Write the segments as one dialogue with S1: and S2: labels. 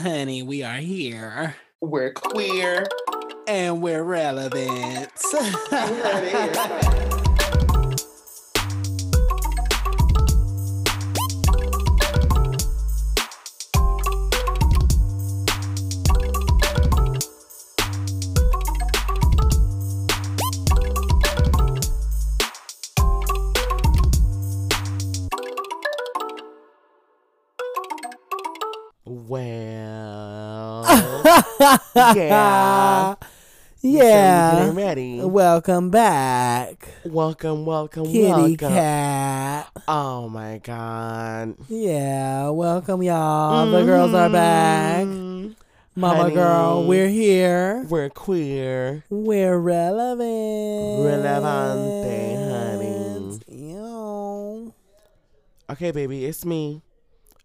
S1: Honey, we are here
S2: We're queer.
S1: and we're relevant.
S3: Well, Yeah.
S1: Yeah.
S3: So ready.
S1: Welcome back,
S3: Welcome, welcome,
S1: kitty
S3: welcome.
S1: cat.
S3: Oh my god.
S1: Yeah, welcome y'all. The girls are back.
S3: Mm,
S1: Mama girl,
S3: Mm-hmm. honey.
S1: we're here.
S3: We're queer.
S1: We're relevant.
S3: Relevante, honey.
S1: Ew.
S3: Okay, baby, it's me,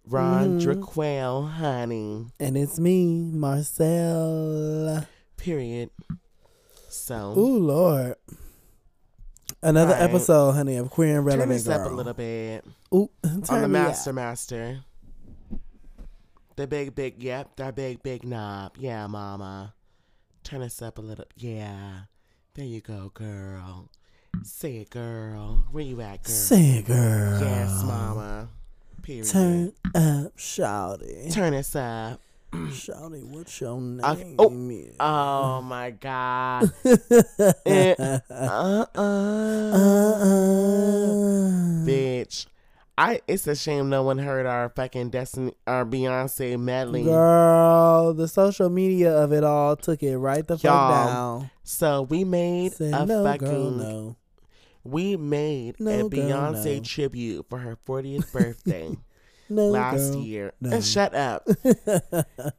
S3: Ron
S1: Mm-hmm.
S3: Draquel, honey.
S1: And it's me, Marcel.
S3: Period. So
S1: Ooh, Lord. Another
S3: Right.
S1: episode, honey, of Queer and
S3: turn
S1: Relevant
S3: this
S1: Girl.
S3: up a little bit
S1: Ooh,
S3: on the
S1: turn me up.
S3: master, master. The big, big, yep, that big, big knob. Yeah, mama. Turn us up a little. Yeah, there you go, girl. Say it, girl. Where you at, girl?
S1: Say, it, girl.
S3: Yes, mama. Period. Turn,
S1: Turn up, shouty.
S3: us up.
S1: Shouty, what's your name?
S3: Okay. Oh.
S1: is?
S3: Oh my god. Eh, uh-uh. Oh.
S1: Uh-uh.
S3: Bitch. I it's a shame no one heard our fucking Destiny our Beyonce medley.
S1: Girl, the social media of it all took it right the fuck
S3: Y'all,
S1: down.
S3: So we made
S1: Said,
S3: a
S1: no,
S3: fucking
S1: girl, no.
S3: we made
S1: No,
S3: a
S1: girl,
S3: Beyonce
S1: no.
S3: tribute for her 40th birthday
S1: No,
S3: last
S1: girl.
S3: year.
S1: no.
S3: Shut up.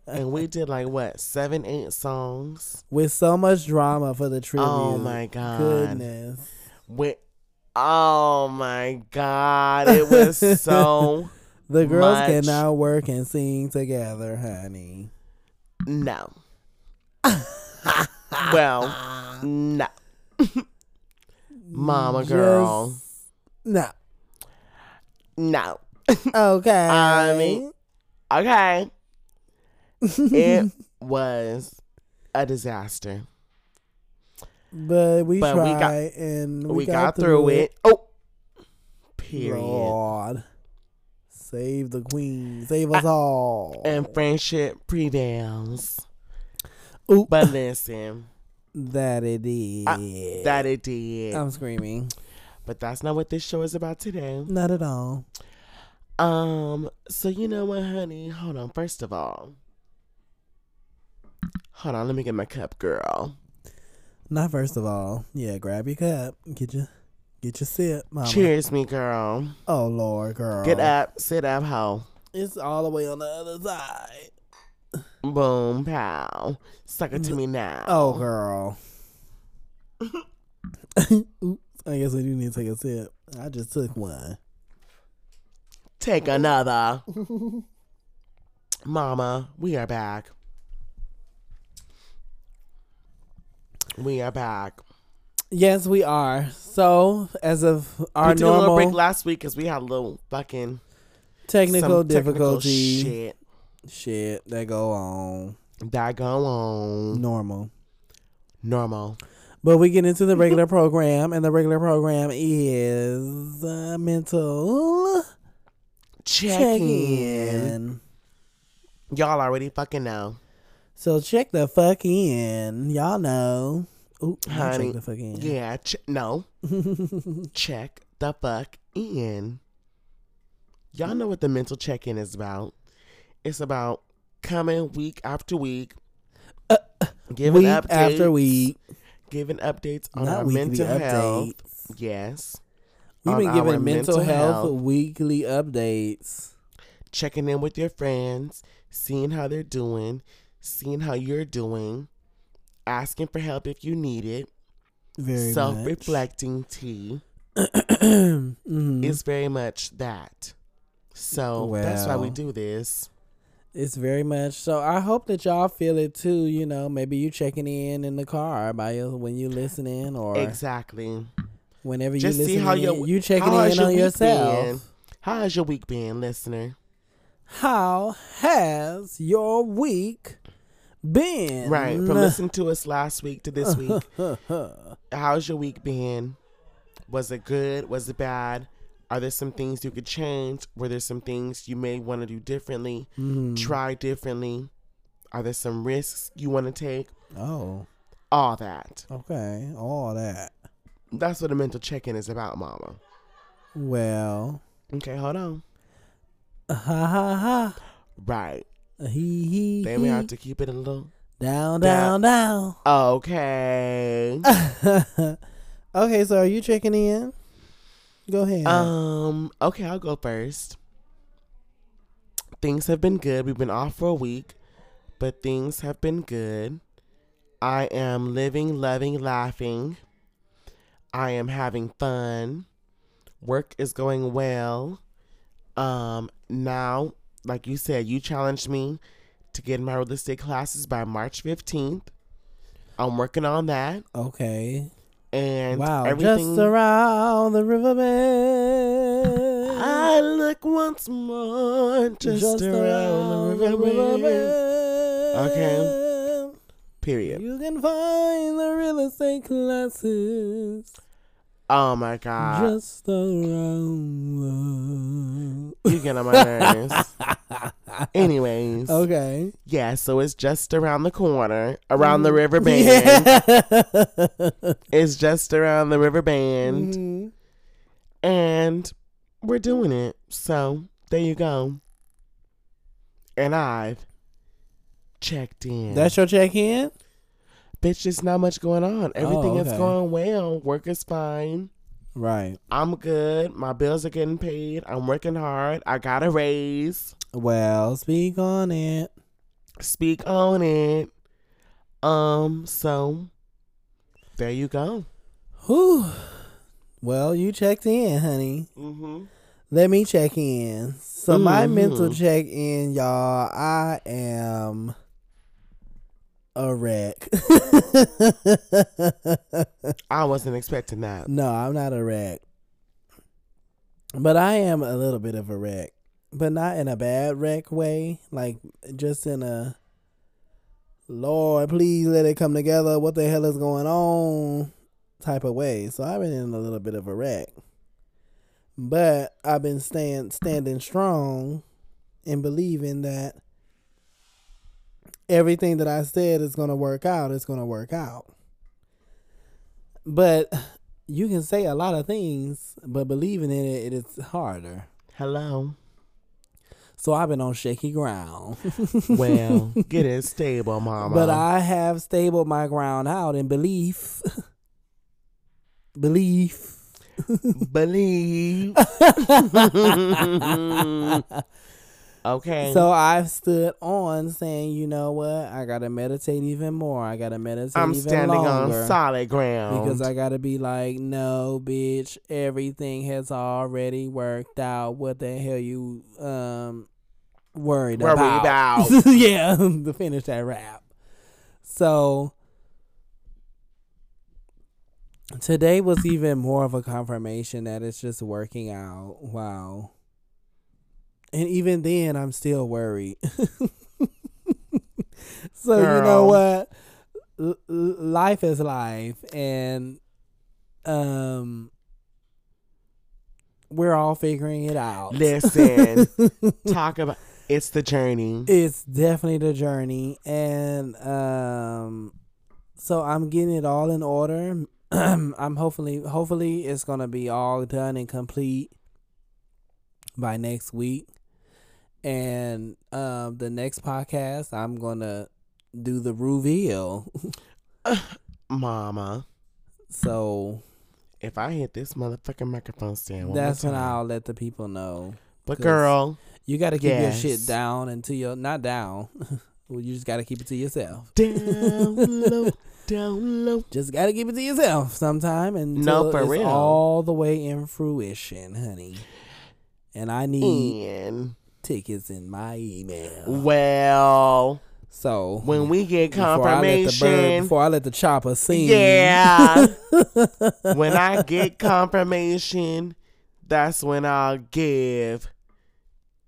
S3: and we did like what, seven, eight songs?
S1: With so much drama for the tribute.
S3: Oh my god.
S1: goodness.
S3: Went, oh my god, it was so
S1: The girls
S3: much.
S1: can now work and sing together, honey.
S3: no. well, no, mama girl,
S1: No.
S3: no.
S1: Okay.
S3: I mean- Okay, it was a disaster,
S1: but we
S3: But we
S1: tried
S3: got-
S1: and
S3: we, got, through, it. Oh, period.
S1: Lord. Save the queen. Save us all.
S3: And friendship prevails.
S1: Oop.
S3: But listen,
S1: that it is.
S3: I- that it did.
S1: I'm screaming.
S3: But that's not what this show is about today.
S1: Not at all.
S3: Um, so you know what, honey? Hold on. First of all, hold on. Let me get my cup, girl.
S1: Not first of all. Yeah, grab your cup. Get your get your sip, mama.
S3: Cheers, me, girl.
S1: Oh Lord, girl.
S3: Get up, sit up, hoe.
S1: It's all the way on the other side.
S3: Boom, pow. Suck it to me now.
S1: Oh, girl. Oops, I guess we do need to take a sip. I just took one.
S3: take another. Mama, we are back. We are back.
S1: Yes, we are. So, as of our
S3: we did a little break
S1: normal
S3: last week because we had a little fucking
S1: technical
S3: some technical
S1: difficulty shit.
S3: shit
S1: that go on
S3: that go on.
S1: normal.
S3: Normal.
S1: But we get into the regular program, and the regular program is uh, mental
S3: Check,
S1: check
S3: in.
S1: in.
S3: Y'all already fucking know.
S1: So check the fuck in, y'all know. Ooh, not
S3: Honey,
S1: check the fuck in.
S3: Yeah, ch- no. check the fuck in. Y'all know what the mental check in is about. It's about coming week after week,
S1: Uh,
S3: giving
S1: week
S3: updates,
S1: after week.
S3: giving updates on
S1: Not
S3: our
S1: weekly
S3: mental health.
S1: updates.
S3: Yes,
S1: We've
S3: on
S1: been giving
S3: our
S1: mental
S3: mental
S1: health,
S3: health.
S1: weekly updates.
S3: checking in with your friends, seeing how they're doing, seeing how you're doing, asking for help if you need it,
S1: Very
S3: self reflecting tea.
S1: mm-hmm. it's,
S3: It's very much that. So that's why we
S1: Well.
S3: do this.
S1: very much. So I hope that y'all feel it too. You know, maybe you checking in in the car by your, when you listening or
S3: Exactly.
S1: whenever you
S3: Just
S1: listen.
S3: see how your
S1: you checking
S3: how
S1: in
S3: has your
S1: on
S3: week
S1: yourself.
S3: Been? How has your week been, listener?
S1: How has your week been? Mm.
S3: Right. From listening to us last week to this week, how's your week been? Was it good? Was it bad? Are there some things you could change? Were there some things you may want to do differently?
S1: Mm-hmm.
S3: Try differently? Are there some risks you want to take?
S1: oh,
S3: All that.
S1: okay. All that.
S3: That's what a mental check in is about, mama.
S1: Well,
S3: Okay, hold on.
S1: ha ha
S3: Right.
S1: ha. He he.
S3: Then we
S1: he.
S3: have to keep it a little.
S1: down down down.
S3: Okay.
S1: okay, so are you checking in? Go ahead.
S3: Um, okay, I'll go first. Things have been good. We've been off for a week, but things have been good. I am living, loving, laughing. I am having fun. Work is going well. Um, now, like you said, you challenged me to get my real estate classes by March 15th. I'm working on that.
S1: okay.
S3: And
S1: Wow.
S3: everything
S1: Just around the riverbed.
S3: I look once more Ah, just, around, the river.
S1: riverbed.
S3: Period.
S1: You can find the real estate classes
S3: Oh my god,
S1: just around the.
S3: you get on my nerves. Anyways,
S1: Okay.
S3: yeah, so it's just around the corner, around the river bend. It's just around the river bend,
S1: Mhm.
S3: and we're doing it. So there you go. And I've checked in.
S1: That's your check in?
S3: bitch. There's not much going on. Everything is
S1: okay.
S3: going well. Work is fine.
S1: Right.
S3: I'm good. My bills are getting paid. I'm working hard. I got a raise.
S1: Well, speak on it.
S3: Speak on it. Um, so there you go.
S1: Whew. Well, you checked in, honey.
S3: Mm-hmm.
S1: Let me check in. So my
S3: Mhm.
S1: mental check in, y'all. I am a wreck.
S3: I wasn't expecting that.
S1: no, I'm not a wreck. But I am a little bit of a wreck. But not in a bad wreck way. Like just in a Lord, please let it come together. What the hell is going on? Type of way. So I've been in a little bit of a wreck. But I've been staying standing strong and believing that everything that I said is gonna work out, it's gonna work out. But you can say a lot of things, but believing in it, it is harder.
S3: Hello.
S1: So I've been on shaky ground.
S3: Well, get it stable, mama.
S1: But I have stable my ground out in belief. belief.
S3: believe. okay.
S1: So I've stood on saying, you know what? I gotta meditate even more. I gotta meditate
S3: I'm
S1: even
S3: standing
S1: longer.
S3: on solid ground.
S1: because I gotta be like, no, bitch, everything has already worked out. What the hell you um worried
S3: worry
S1: about?
S3: about.
S1: yeah, to finish that rap. So today was even more of a confirmation that it's just working out. Wow. And even then, I'm still worried. so you know
S3: Girl.
S1: what? L- l- life is life, and um, we're all figuring it out.
S3: Listen, talk about it's the journey.
S1: It's definitely the journey, and um, so I'm getting it all in order. I'm hopefully, hopefully, it's gonna be all done and complete by next week. And um, the next podcast, I'm gonna do the reveal.
S3: Mama,
S1: so
S3: if I hit this motherfucking microphone stand, one more
S1: that's when
S3: time-
S1: I'll let the people know.
S3: But
S1: 'cause-
S3: girl,
S1: You got to keep
S3: Yes.
S1: your shit down until you're not down. well, you just got to keep it to yourself.
S3: down low, down low.
S1: Just gotta keep it to yourself sometime and
S3: No, for
S1: it's
S3: real.
S1: all the way in fruition, honey. And I
S3: Mm.
S1: need
S3: And
S1: tickets in my email.
S3: well,
S1: So
S3: when we get
S1: before I let the bird,
S3: confirmation,
S1: before I let the chopper sing,
S3: yeah, when I get confirmation, that's when I'll give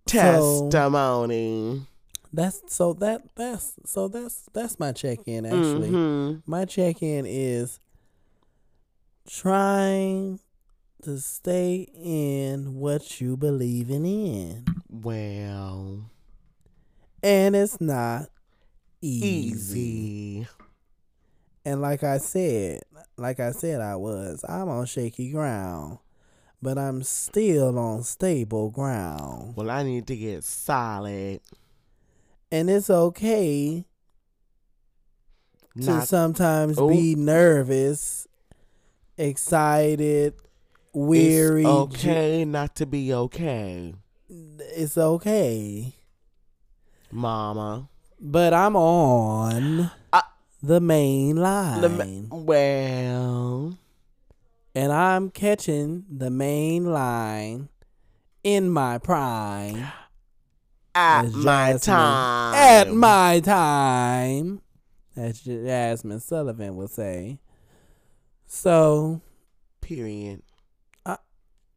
S1: So-
S3: Testimony.
S1: That's so that that's so that's that's my check in actually.
S3: Mhm.
S1: My check in is trying to stay in what you believing in.
S3: Well,
S1: And it's not easy.
S3: easy.
S1: And like I said, like I said I was, I'm on shaky ground. But I'm still on stable ground.
S3: Well, I need to get solid.
S1: And it's okay to
S3: Not
S1: sometimes
S3: Oh.
S1: be nervous, excited, weary.
S3: It's
S1: ju-
S3: okay not to be okay,
S1: it's okay.
S3: Mama.
S1: But I'm on
S3: Uh,
S1: the main line.
S3: Lem- well,
S1: and I'm catching the main line in my prime.
S3: at
S1: That's
S3: my
S1: Jasmine.
S3: time.
S1: At my time. As J- Jasmine Sullivan would say. So
S3: period.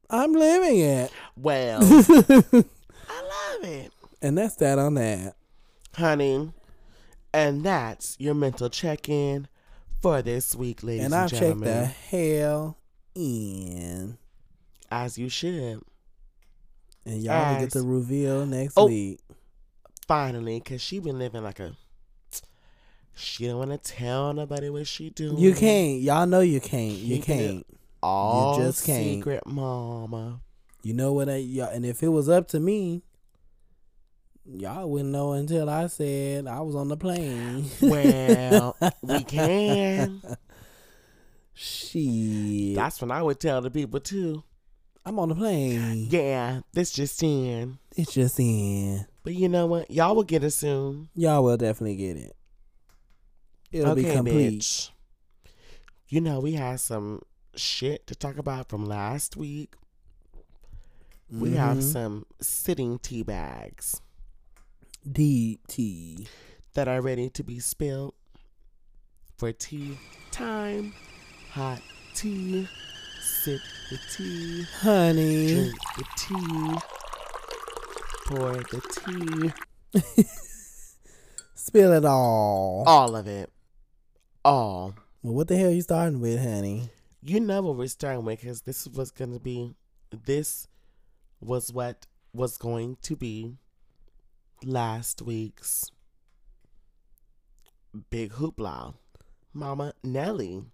S1: I'm living
S3: Well,
S1: it.
S3: I love it,
S1: and that's that on that.
S3: honey. And that's your mental check-in for this week, ladies and,
S1: and I've checked
S3: gentlemen.
S1: the hell in.
S3: As you should.
S1: And y'all will get
S3: As-
S1: the reveal next
S3: Oh.
S1: week.
S3: finally, cause she been living like a. She don't want to tell nobody what she doing.
S1: You can't. Y'all know you can't. You
S3: Keeping it
S1: can't.
S3: All
S1: just can't.
S3: secret, mama.
S1: You know what? I, y'all, and if it was up to me, y'all wouldn't know until I said I was on the plane.
S3: Well, we can.
S1: Shit.
S3: That's when I would tell the people too.
S1: I'm on the plane.
S3: Yeah, this just in.
S1: It's just in.
S3: But you know what? Y'all will get it soon.
S1: Y'all will definitely get it. It'll be
S3: Okay,
S1: complete.
S3: bitch. You know we had some shit to talk about from last week. We have
S1: Mhm.
S3: some sitting tea bags
S1: DT.
S3: that are ready to be spilled for tea time. Hot tea. Sip the tea.
S1: Honey.
S3: Drink the tea. Pour the tea.
S1: Spill it all.
S3: All of it. All.
S1: Well, what the hell you starting with, honey?
S3: You know what we're starting with because this was going to be, this was what was going to be last week's big hoopla. Mama Nelly.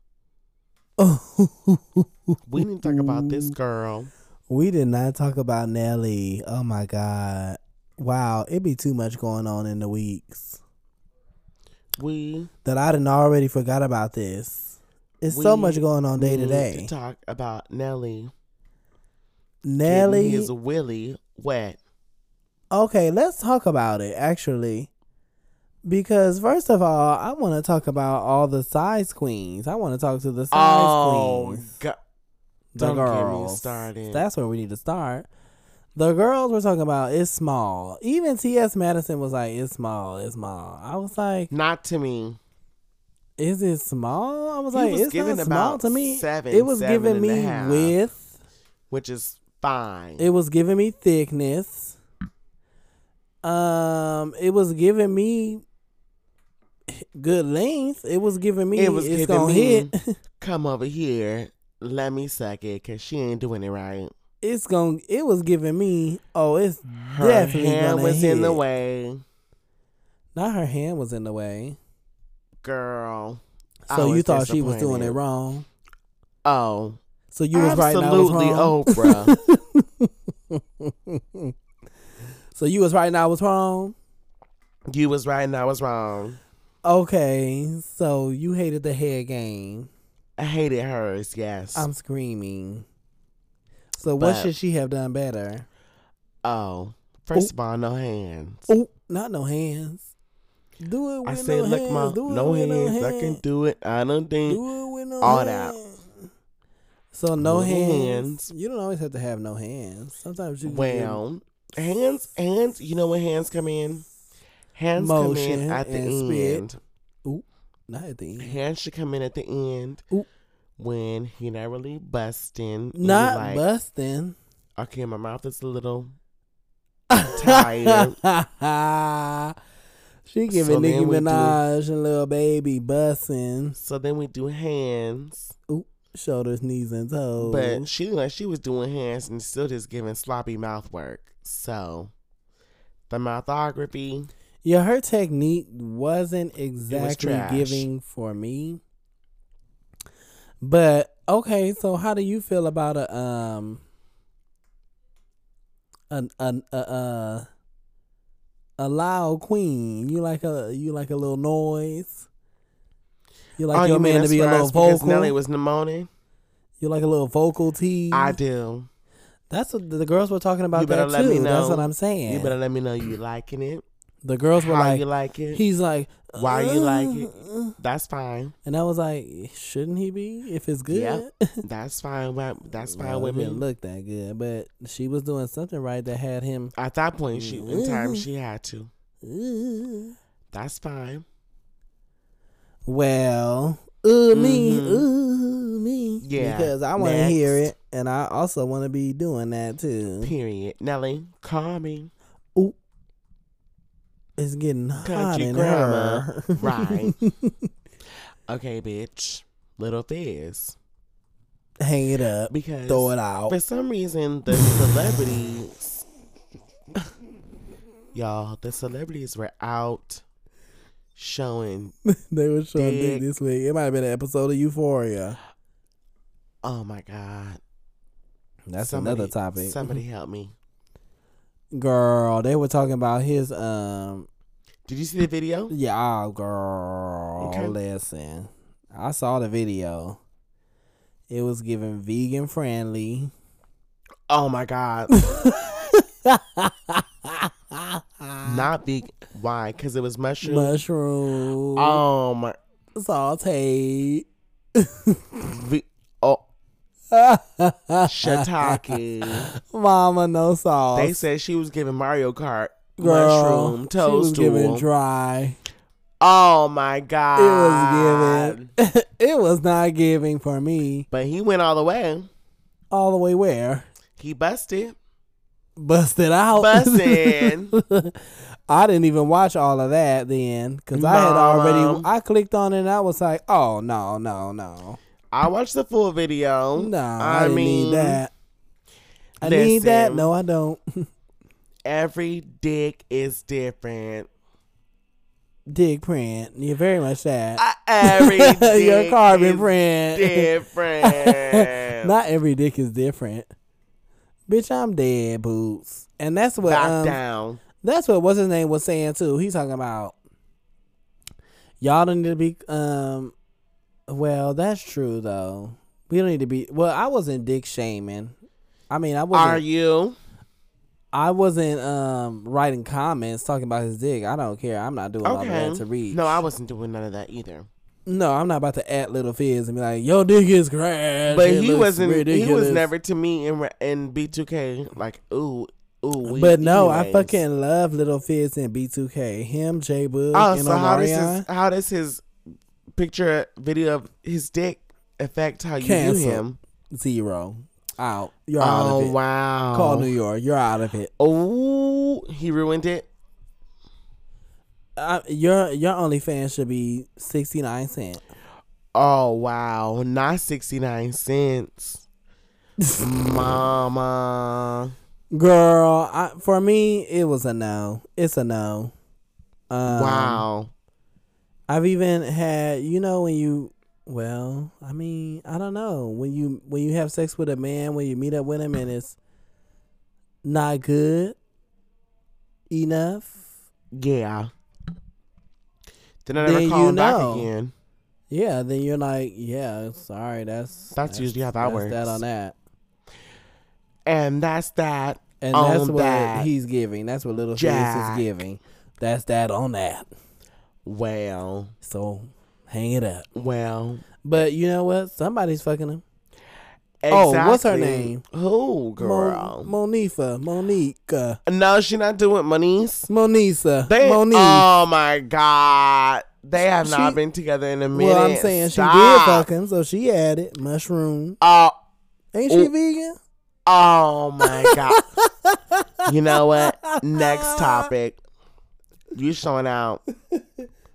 S3: We need to talk about this girl.
S1: We did not talk about Nelly. Oh my God. Wow, it be too much going on in the weeks
S3: We
S1: that I didn't already forgot about this. It's so
S3: We
S1: much going on day to
S3: need
S1: day.
S3: talk about Nelly.
S1: Nelly.
S3: is Willie wet.
S1: Okay, let's talk about it actually. Because first of all, I want to talk about all the size queens. I want to talk to the size queens.
S3: God.
S1: The
S3: Oh, don't get me
S1: girls.
S3: started.
S1: That's where we need to start. The girls we're talking about is small. Even T.S. Madison was like, "It's small, it's small." I was like,
S3: Not to me.
S1: "Is it small?" I was
S3: He
S1: like,
S3: was
S1: "It's
S3: giving
S1: not small
S3: about
S1: to me."
S3: seven,
S1: it was
S3: seven
S1: giving
S3: and a
S1: me
S3: half.
S1: width.
S3: Which is fine.
S1: It was giving me thickness. Um, it was giving me good length. It was giving me.
S3: It was
S1: it's
S3: giving
S1: gonna
S3: me-
S1: hit.
S3: Come over here. Let me suck it because she ain't doing it right.
S1: It's gonna. It was giving me. Oh, it's
S3: Her
S1: definitely
S3: hand
S1: gonna
S3: was in the
S1: hit.
S3: way.
S1: not her hand was in the way.
S3: Girl. I
S1: So you
S3: was
S1: thought she was doing it
S3: disappointed.
S1: wrong.
S3: Oh.
S1: So you was right. and I was
S3: Absolutely, oh.
S1: wrong. Oprah. so you was right and I was wrong.
S3: You was right and I was wrong.
S1: Okay, so you hated the head game.
S3: I hated hers, yes.
S1: I'm screaming. So what
S3: But-
S1: should she have done better?
S3: oh. First of all, no hands.
S1: Oh, not no hands. Do it with
S3: I said,
S1: no
S3: look,
S1: hands.
S3: ma,
S1: Do it
S3: no
S1: with
S3: hands.
S1: no
S3: I can
S1: hands.
S3: do it. I don't think.
S1: Do it with no
S3: all that.
S1: hands. So no
S3: No
S1: hands.
S3: hands.
S1: You don't always have to have no hands. Sometimes you can get
S3: Well, hands, hands. You know when hands come in? Hands come
S1: Motion
S3: in at the
S1: and spit.
S3: end.
S1: not at the end.
S3: Hands should Mm. come in at the end
S1: Oop.
S3: when he not really busting. and you
S1: Not
S3: like,
S1: busting.
S3: Okay, my mouth is a little Tired.
S1: she giving
S3: So
S1: Nicki
S3: then we do-
S1: Minaj and little baby bussing
S3: so then we do hands.
S1: shoulders, knees, and toes.
S3: But she looked like she was doing hands and still just giving sloppy mouth work. So the mouthography,
S1: yeah, her technique wasn't exactly
S3: trash.
S1: giving for me. But okay, so how do you feel about a um an an a uh a loud queen? You like a you like a little noise. You like
S3: oh,
S1: your
S3: you mean
S1: man to
S3: as
S1: be a
S3: far
S1: little
S3: as because
S1: vocal.
S3: Nelly was pneumonia.
S1: you like a little vocal tease.
S3: I do.
S1: That's what the girls were talking about
S3: You better
S1: that
S3: let
S1: too.
S3: me
S1: That's
S3: know.
S1: what I'm saying.
S3: You better let me know you liking it.
S1: the girls were
S3: How
S1: like,
S3: you like it?
S1: he's like,
S3: Why you like it?
S1: "Uh, uh."
S3: That's fine.
S1: And I was like, shouldn't he be if it's good?
S3: Yep. That's fine. Wha- That's fine
S1: Well,
S3: with
S1: it
S3: me.
S1: didn't look that good, but she was doing something right that had him.
S3: At that point, she in time
S1: Mhm.
S3: she had to.
S1: "Uh."
S3: That's fine.
S1: Well, ooh me,
S3: Mhm.
S1: ooh me,
S3: Yeah.
S1: because I want to hear
S3: Next.
S1: it, and I also want to be doing that too.
S3: Period. Nelly, call me.
S1: It's getting hot
S3: Country
S1: in
S3: grandma.
S1: her.
S3: Right. Okay, bitch. Little Fizz.
S1: Hang it up,
S3: Because
S1: throw it out.
S3: for some reason the celebrities, y'all, the celebrities were out showing.
S1: They were showing dick
S3: Dick.
S1: this week. It might have been an episode of Euphoria.
S3: Oh my God.
S1: That's
S3: Somebody-
S1: another topic. Mm-hmm.
S3: Somebody help me.
S1: Girl, they were talking about his um
S3: Did you see the video?
S1: yeah, oh, girl.
S3: Okay.
S1: Listen. I saw the video. It was given vegan friendly.
S3: Oh my God. Not big. Why? Because it was mushroom.
S1: Mushroom
S3: Oh my.
S1: sauteed.
S3: vi- Oh, shiitake.
S1: Mama no sauce.
S3: They said she was giving Mario Kart
S1: Girl,
S3: mushroom
S1: she was
S3: toast
S1: giving
S3: to him.
S1: dry.
S3: Oh my
S1: It was
S3: god!
S1: giving. it was not giving for me.
S3: But he went all the way.
S1: All the way where?
S3: He busted,
S1: Busted out.
S3: busting.
S1: I didn't even watch all of that then because I had already.
S3: Mama.
S1: I clicked on it and I was like, oh, no, no, no.
S3: I watched the full video.
S1: No, I, didn't need that. I need
S3: listen.
S1: that. No, I don't.
S3: every dick is different.
S1: Dig print. You're very much that.
S3: Uh, Every dick
S1: Your carbon
S3: is
S1: print.
S3: different.
S1: Not every dick is different. Bitch, I'm dead, boots. And that's what
S3: Back
S1: um,
S3: down.
S1: that's what what's his name was saying too. He's talking about y'all don't need to be um well, that's true though. We don't need to be well, I wasn't dick shaming. I mean I wasn't
S3: Are you?
S1: I wasn't um writing comments talking about his dick. I don't care. I'm not doing all of
S3: Okay.
S1: that to read.
S3: No, I wasn't doing none of that either.
S1: No, I'm not about to at little fizz and be like, "Yo, dick is crash."
S3: But
S1: It
S3: he
S1: looks
S3: wasn't. He was
S1: ridiculous."
S3: never to me in re- in B2K like ooh ooh. we-
S1: But no, I
S3: anyways.
S1: fucking love Little Fizz and B2K. Him, J Boog,
S3: Oh,
S1: and
S3: so how does
S1: Omarion.
S3: his how does his picture video of his dick affect how you
S1: Cancel.
S3: view him?
S1: Zero. Out. You're out
S3: Oh
S1: of it.
S3: wow!
S1: Call New York. You're out of it.
S3: Oh, he ruined it.
S1: Uh, your your OnlyFans should be sixty nine cent.
S3: Oh wow! Not sixty nine cents,
S1: Um,
S3: mama.
S1: Girl, I, for me, it was a no. It's a no. Um,
S3: wow.
S1: I've even had you know when you well, I mean, I don't know. When you when you have sex with a man, when you meet up with him and it's not good enough,
S3: Yeah. Then I
S1: Then
S3: never
S1: you
S3: call him
S1: know.
S3: back again.
S1: yeah, then you're like, Yeah, sorry, that's
S3: That's usually how that
S1: that's
S3: works.
S1: That on that.
S3: And that's that.
S1: And
S3: On
S1: that's what
S3: that.
S1: he's giving. That's what little Fizz is
S3: Jack.
S1: giving. That's that on that.
S3: Well,
S1: So hang it up.
S3: well.
S1: But you know what? Somebody's fucking him. Oh,
S3: Exactly.
S1: what's her name?
S3: Who,
S1: Mon-
S3: girl?
S1: Monifa. Monique.
S3: no, she not doing Moniece.
S1: Monisa.
S3: They,
S1: Monique.
S3: Oh my God. They have
S1: She-
S3: not been together in a minute.
S1: well, I'm saying she did
S3: Stop.
S1: fuck him, so she added mushroom.
S3: Oh,
S1: Ain't she
S3: Oh.
S1: vegan?
S3: Oh my god. you know what? Next topic. You showing out.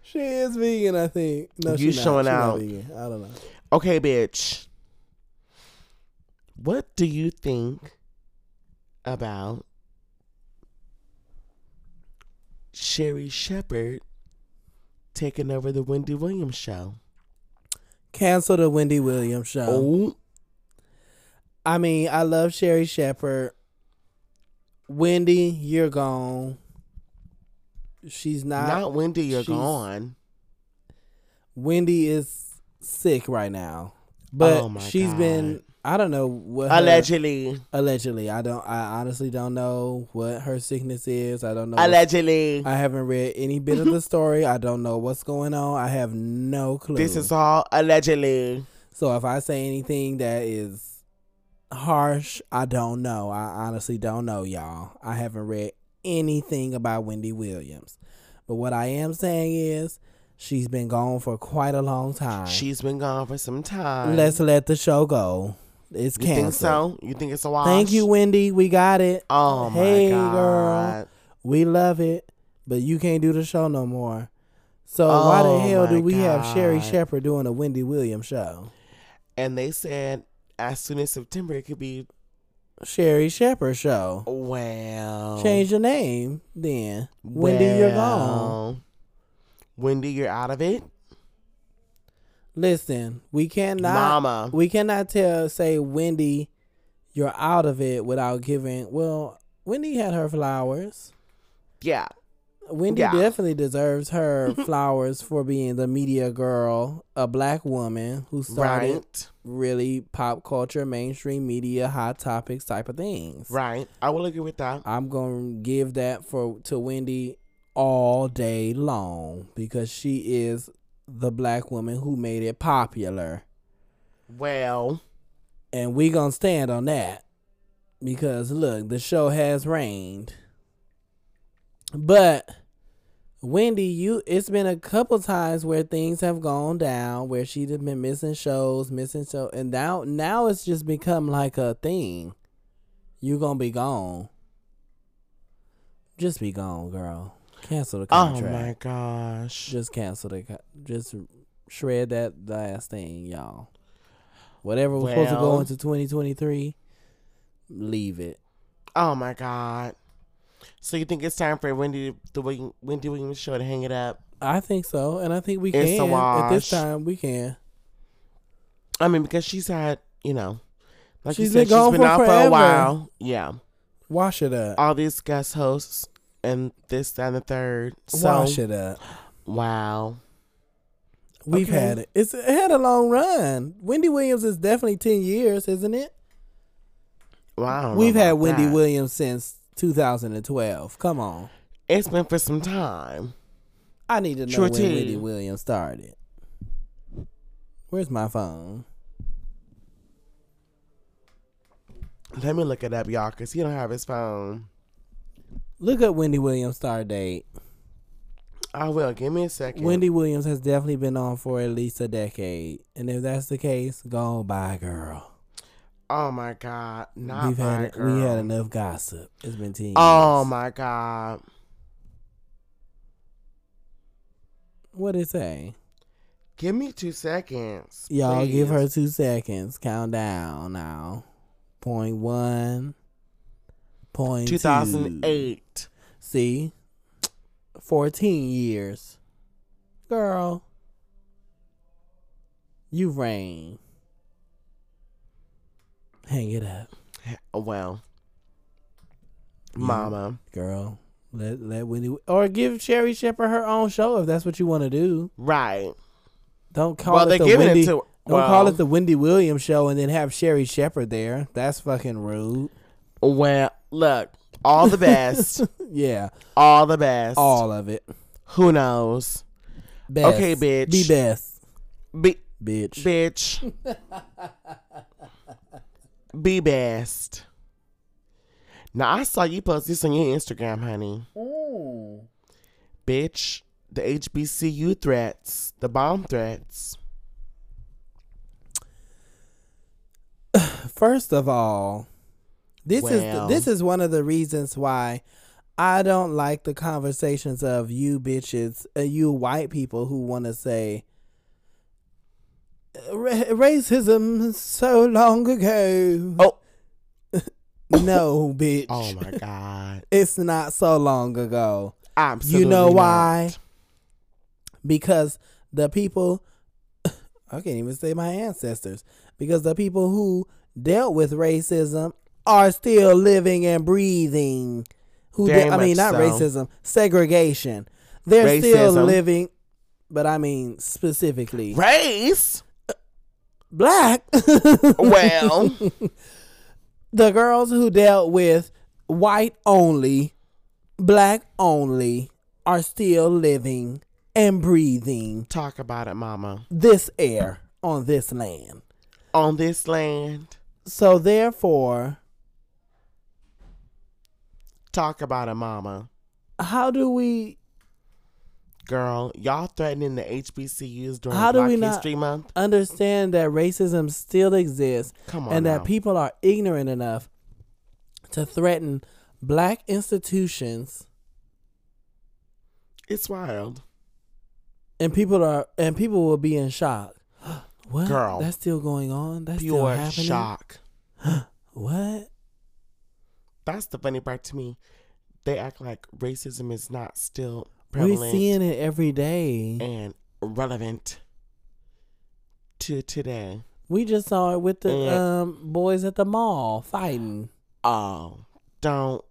S1: She is vegan, I think. No,
S3: You
S1: she not.
S3: showing
S1: She not
S3: out.
S1: vegan. I don't know.
S3: Okay, bitch. What do you think about Sherry Shepherd taking over the Wendy Williams show?
S1: Cancel the Wendy Williams show.
S3: Oh,
S1: I mean, I love Sherry Shepherd. Wendy, you're gone. She's not.
S3: not Wendy, you're
S1: she's-
S3: gone.
S1: Wendy is sick right now, but
S3: Oh my
S1: she's been. I don't know what her-
S3: Allegedly.
S1: allegedly. I don't. I honestly don't know what her sickness is. I don't know. what's-
S3: Allegedly.
S1: Oh. I haven't read any bit of the story. I don't know what's going on. I have no clue.
S3: This is all allegedly.
S1: so if I say anything that is harsh, I don't know. I honestly don't know, y'all. I haven't read anything about Wendy Williams. But what I am saying is she's been gone for quite a long time.
S3: She's been gone for some time.
S1: Let's let the show go. It's
S3: you
S1: canceled.
S3: think so? You think it's a wash?
S1: Thank you, Wendy. We got it.
S3: Oh my
S1: Hey, girl.
S3: god.
S1: We love it, but you can't do the show no more. So why
S3: Oh
S1: the hell do
S3: my
S1: we have Sherry
S3: God.
S1: Shepherd doing a Wendy Williams show?
S3: And they said as soon as September it could be
S1: Sherry Shepherd show.
S3: well
S1: Change the name then. Wendy, you're gone.
S3: well. Wendy, you're out of it.
S1: Listen, we cannot
S3: Mama.
S1: we cannot tell say Wendy, you're out of it without giving. Well, Wendy had her flowers.
S3: Yeah.
S1: Wendy
S3: Yeah.
S1: definitely deserves her flowers for being the media girl, a black woman who started
S3: Right.
S1: really pop culture, mainstream media, hot topics type of things.
S3: Right. I will agree with that.
S1: I'm gonna give that for to Wendy all day long because she is the black woman who made it popular,
S3: Well,
S1: and we gonna stand on that because look, the show has reigned, but. Wendy, you it's been a couple times where things have gone down where she's been missing shows, missing show and now now it's just become like a thing. You gonna be gone. Just be gone, girl. Cancel the
S3: oh
S1: contract.
S3: my gosh.
S1: Just cancel the co- just shred that last thing, y'all. Whatever was supposed to go
S3: Well.
S1: into twenty twenty three, leave it.
S3: Oh my god. So you think it's time for Wendy the William- Wendy Williams show to hang it up?
S1: I think so, and I think we
S3: It's a
S1: can at this
S3: wash.
S1: time. We can.
S3: I mean, because she's had, you know, like
S1: She's
S3: you said,
S1: been gone
S3: she's
S1: for
S3: been out for
S1: forever.
S3: a while. Yeah.
S1: Wash it up.
S3: All these guest hosts and this, that, and the third. So,
S1: Wash it up.
S3: wow.
S1: We've
S3: Okay.
S1: had it. It's it had a long run. Wendy Williams is definitely ten years, isn't it?
S3: Wow.
S1: We've had Wendy
S3: Williams.
S1: Williams since 2012. Come on,
S3: It's been for some time.
S1: I need to know
S3: Sure
S1: when
S3: tea.
S1: Wendy Williams started. Where's my phone?
S3: Let me look it up, y'all, because he don't have his phone.
S1: Look up Wendy Williams start date.
S3: I will. Give me a second.
S1: Wendy Williams has definitely been on for at least a decade, and if that's the case, go bye, girl.
S3: Oh my God. Not
S1: We've
S3: my
S1: had
S3: girl.
S1: we had enough gossip. It's been ten.
S3: Oh
S1: years.
S3: my God.
S1: What it say?
S3: Give me two seconds.
S1: Y'all give
S3: please.
S1: her two seconds. Count down now. Point one. Point two.
S3: 2008.
S1: See? 14 years. Girl. You reign. Hang it up.
S3: Well, Mama.
S1: Girl. Let let Wendy or give Sherry Shepherd her own show if that's what you want to do.
S3: Right.
S1: Don't call
S3: well,
S1: it
S3: they're
S1: the
S3: giving
S1: Wendy.
S3: it to.
S1: don't
S3: well,
S1: call it the Wendy Williams show and then have Sherry Shepherd there. That's fucking rude.
S3: Well, look. All the best.
S1: Yeah,
S3: all the best.
S1: all of it.
S3: Who knows?
S1: Best.
S3: Okay, bitch.
S1: Be best,
S3: Be,
S1: bitch.
S3: bitch. Be best. Now I saw you post this on your Instagram, honey. Bitch, the HBCU threats, the bomb threats.
S1: First of all, This is the,
S3: Well.
S1: this is one of the reasons why I don't like the conversations of you bitches, uh, you white people who want to say "Ra- racism so long ago.
S3: Oh.
S1: no, bitch.
S3: Oh my God.
S1: It's not so long ago
S3: Absolutely.
S1: you know
S3: not.
S1: why? Because the people, I can't even say my ancestors, because the people who dealt with racism are still living and breathing. Who
S3: Very
S1: dea- I mean,
S3: much
S1: not
S3: so.
S1: racism, segregation. They're still
S3: Racism.
S1: living, but I mean specifically
S3: Race?
S1: black.
S3: Well,
S1: the girls who dealt with white only, black only, are still living and breathing
S3: talk about it, mama.
S1: this air on this land.
S3: On this land,
S1: So therefore,
S3: talk about it, mama.
S1: how do we
S3: Girl, y'all threatening the HBCUs during
S1: How do
S3: Black
S1: we not-
S3: History Month?
S1: understand that racism still exists
S3: Come on.
S1: and
S3: now.
S1: that people are ignorant enough to threaten black institutions
S3: It's wild.
S1: and people are and people will be in shock. What?
S3: Girl.
S1: That's still going on. That's still
S3: Pure
S1: happening.
S3: shock.
S1: What?
S3: That's the funny part to me. They act like racism is not still
S1: We're
S3: prevalent
S1: seeing it every day.
S3: and relevant to today.
S1: We just saw it with the
S3: Mm.
S1: um boys at the mall fighting.
S3: Oh, don't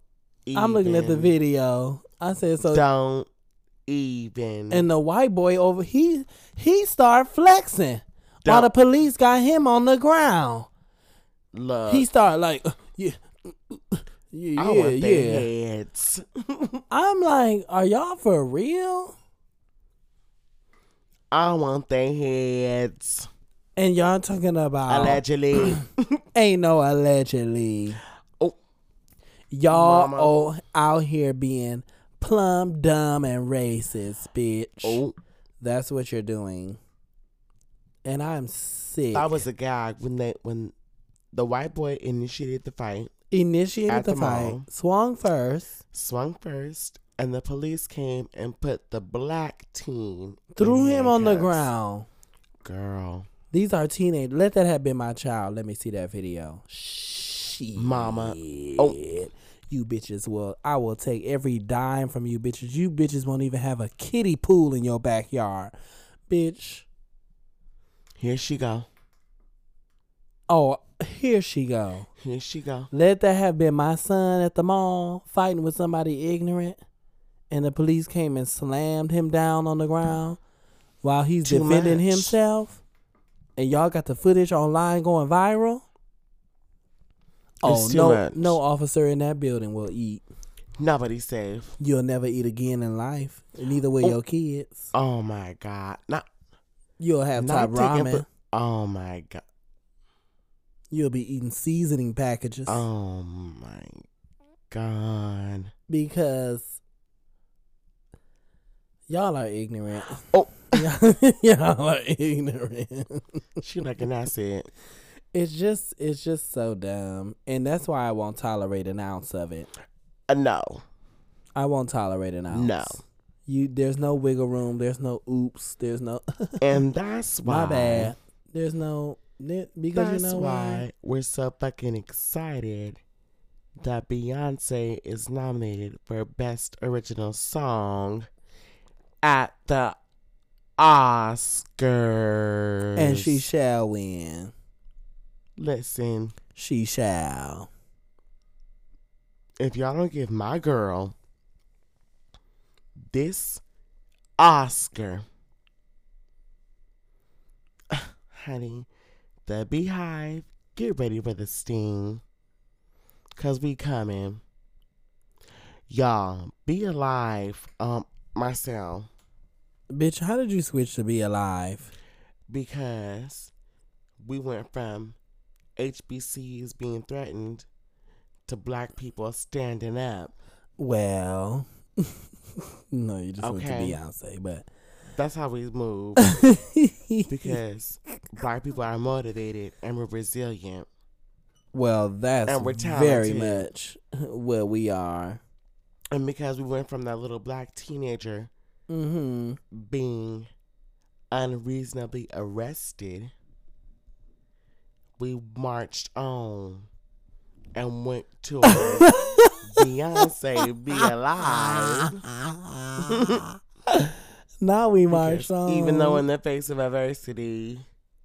S3: even.
S1: I'm looking at the video. I said so
S3: Don't even.
S1: and the white boy over he he started flexing while the
S3: Don't-
S1: police got him on the ground.
S3: look.
S1: He started like yeah yeah
S3: Uh, I want
S1: yeah.
S3: their heads.
S1: I'm like, are y'all for real?
S3: I want their heads.
S1: And y'all talking about
S3: Allegedly.
S1: ain't no allegedly.
S3: Oh.
S1: Y'all
S3: Mama.
S1: oh, out here being plumb dumb and racist, bitch.
S3: oh,
S1: That's what you're doing. And I'm sick.
S3: I was a guy when they when the white boy initiated the fight,
S1: initiated
S3: at
S1: the
S3: the
S1: fight,
S3: mall.
S1: swung first,
S3: swung first, and the police came and put the black teen in
S1: threw him on the
S3: handcuffs.
S1: ground.
S3: Girl,
S1: These are teenage. Let that have been my child. Let me see that video. Shit.
S3: Mama. Oh.
S1: You bitches will. I will take every dime from you bitches. You bitches won't even have a kiddie pool in your backyard. Bitch.
S3: here she go.
S1: Oh, here she go.
S3: Here she go.
S1: Let that have been my son at the mall fighting with somebody ignorant, and the police came and slammed him down on the ground while he's
S3: Too
S1: defending
S3: much.
S1: himself. And y'all got the footage online going viral. Oh
S3: Oh, It's too
S1: no!
S3: much.
S1: No officer in that building will eat.
S3: Nobody's safe.
S1: You'll never eat again in life. Neither will
S3: Oh.
S1: your kids.
S3: Oh my god. Not
S1: You'll have top
S3: not
S1: ramen.
S3: taking pl- Oh my god.
S1: You'll be eating seasoning packages
S3: Oh my god.
S1: because y'all are ignorant.
S3: Oh,
S1: Y'all are ignorant.
S3: she like and that's it.
S1: It's just it's just so dumb. And that's why I won't tolerate an ounce of it.
S3: Uh, no.
S1: I won't tolerate an ounce.
S3: No.
S1: You there's no wiggle room, there's no oops, there's no
S3: And that's why
S1: my bad. There's no there- because
S3: That's
S1: you know why
S3: why we're so fucking excited that Beyonce is nominated for Best Original Song at the Oscars.
S1: and she shall win.
S3: listen.
S1: She shall.
S3: If y'all don't give my girl this Oscar, honey, the Beehive, get ready for the sting, cause we coming. Y'all, be alive. Um, myself.
S1: Bitch, how did you switch to be alive?
S3: because we went from HBCUs being threatened to black people standing up.
S1: Well No, you just went to
S3: Okay.
S1: Beyonce, but
S3: That's how we move because black people are motivated and we're resilient.
S1: Well, that's
S3: And we're
S1: very
S3: talented.
S1: much what we are.
S3: And because we went from that little black teenager
S1: Mm-hmm.
S3: being unreasonably arrested, we marched on and went to Beyonce Be Alive.
S1: now we march
S3: Because
S1: on.
S3: Even though in the face of adversity,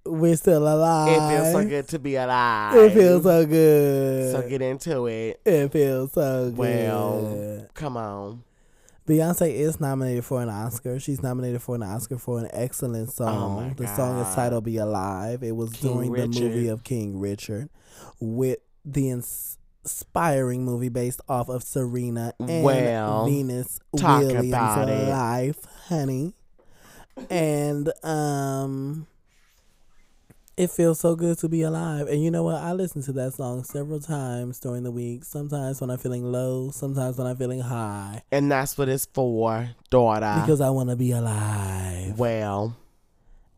S1: we're still alive,
S3: it feels so good to be alive.
S1: It feels so good.
S3: So get into it.
S1: It feels so good.
S3: Well, come on.
S1: Beyonce is nominated for an Oscar. She's nominated for an Oscar for an excellent song.
S3: Oh my
S1: the song is
S3: God.
S1: titled "Be Alive." It was
S3: King
S1: during the movie
S3: Richard.
S1: of King Richard, with the ins- inspiring movie based off of Serena and
S3: Well,
S1: Venus
S3: talk
S1: Williams'
S3: about it.
S1: life, honey. And um, it feels so good to be alive. And you know what? I listened to that song several times during the week. Sometimes when I'm feeling low, sometimes when I'm feeling high
S3: And that's what it's for, daughter.
S1: because I want to be alive
S3: well,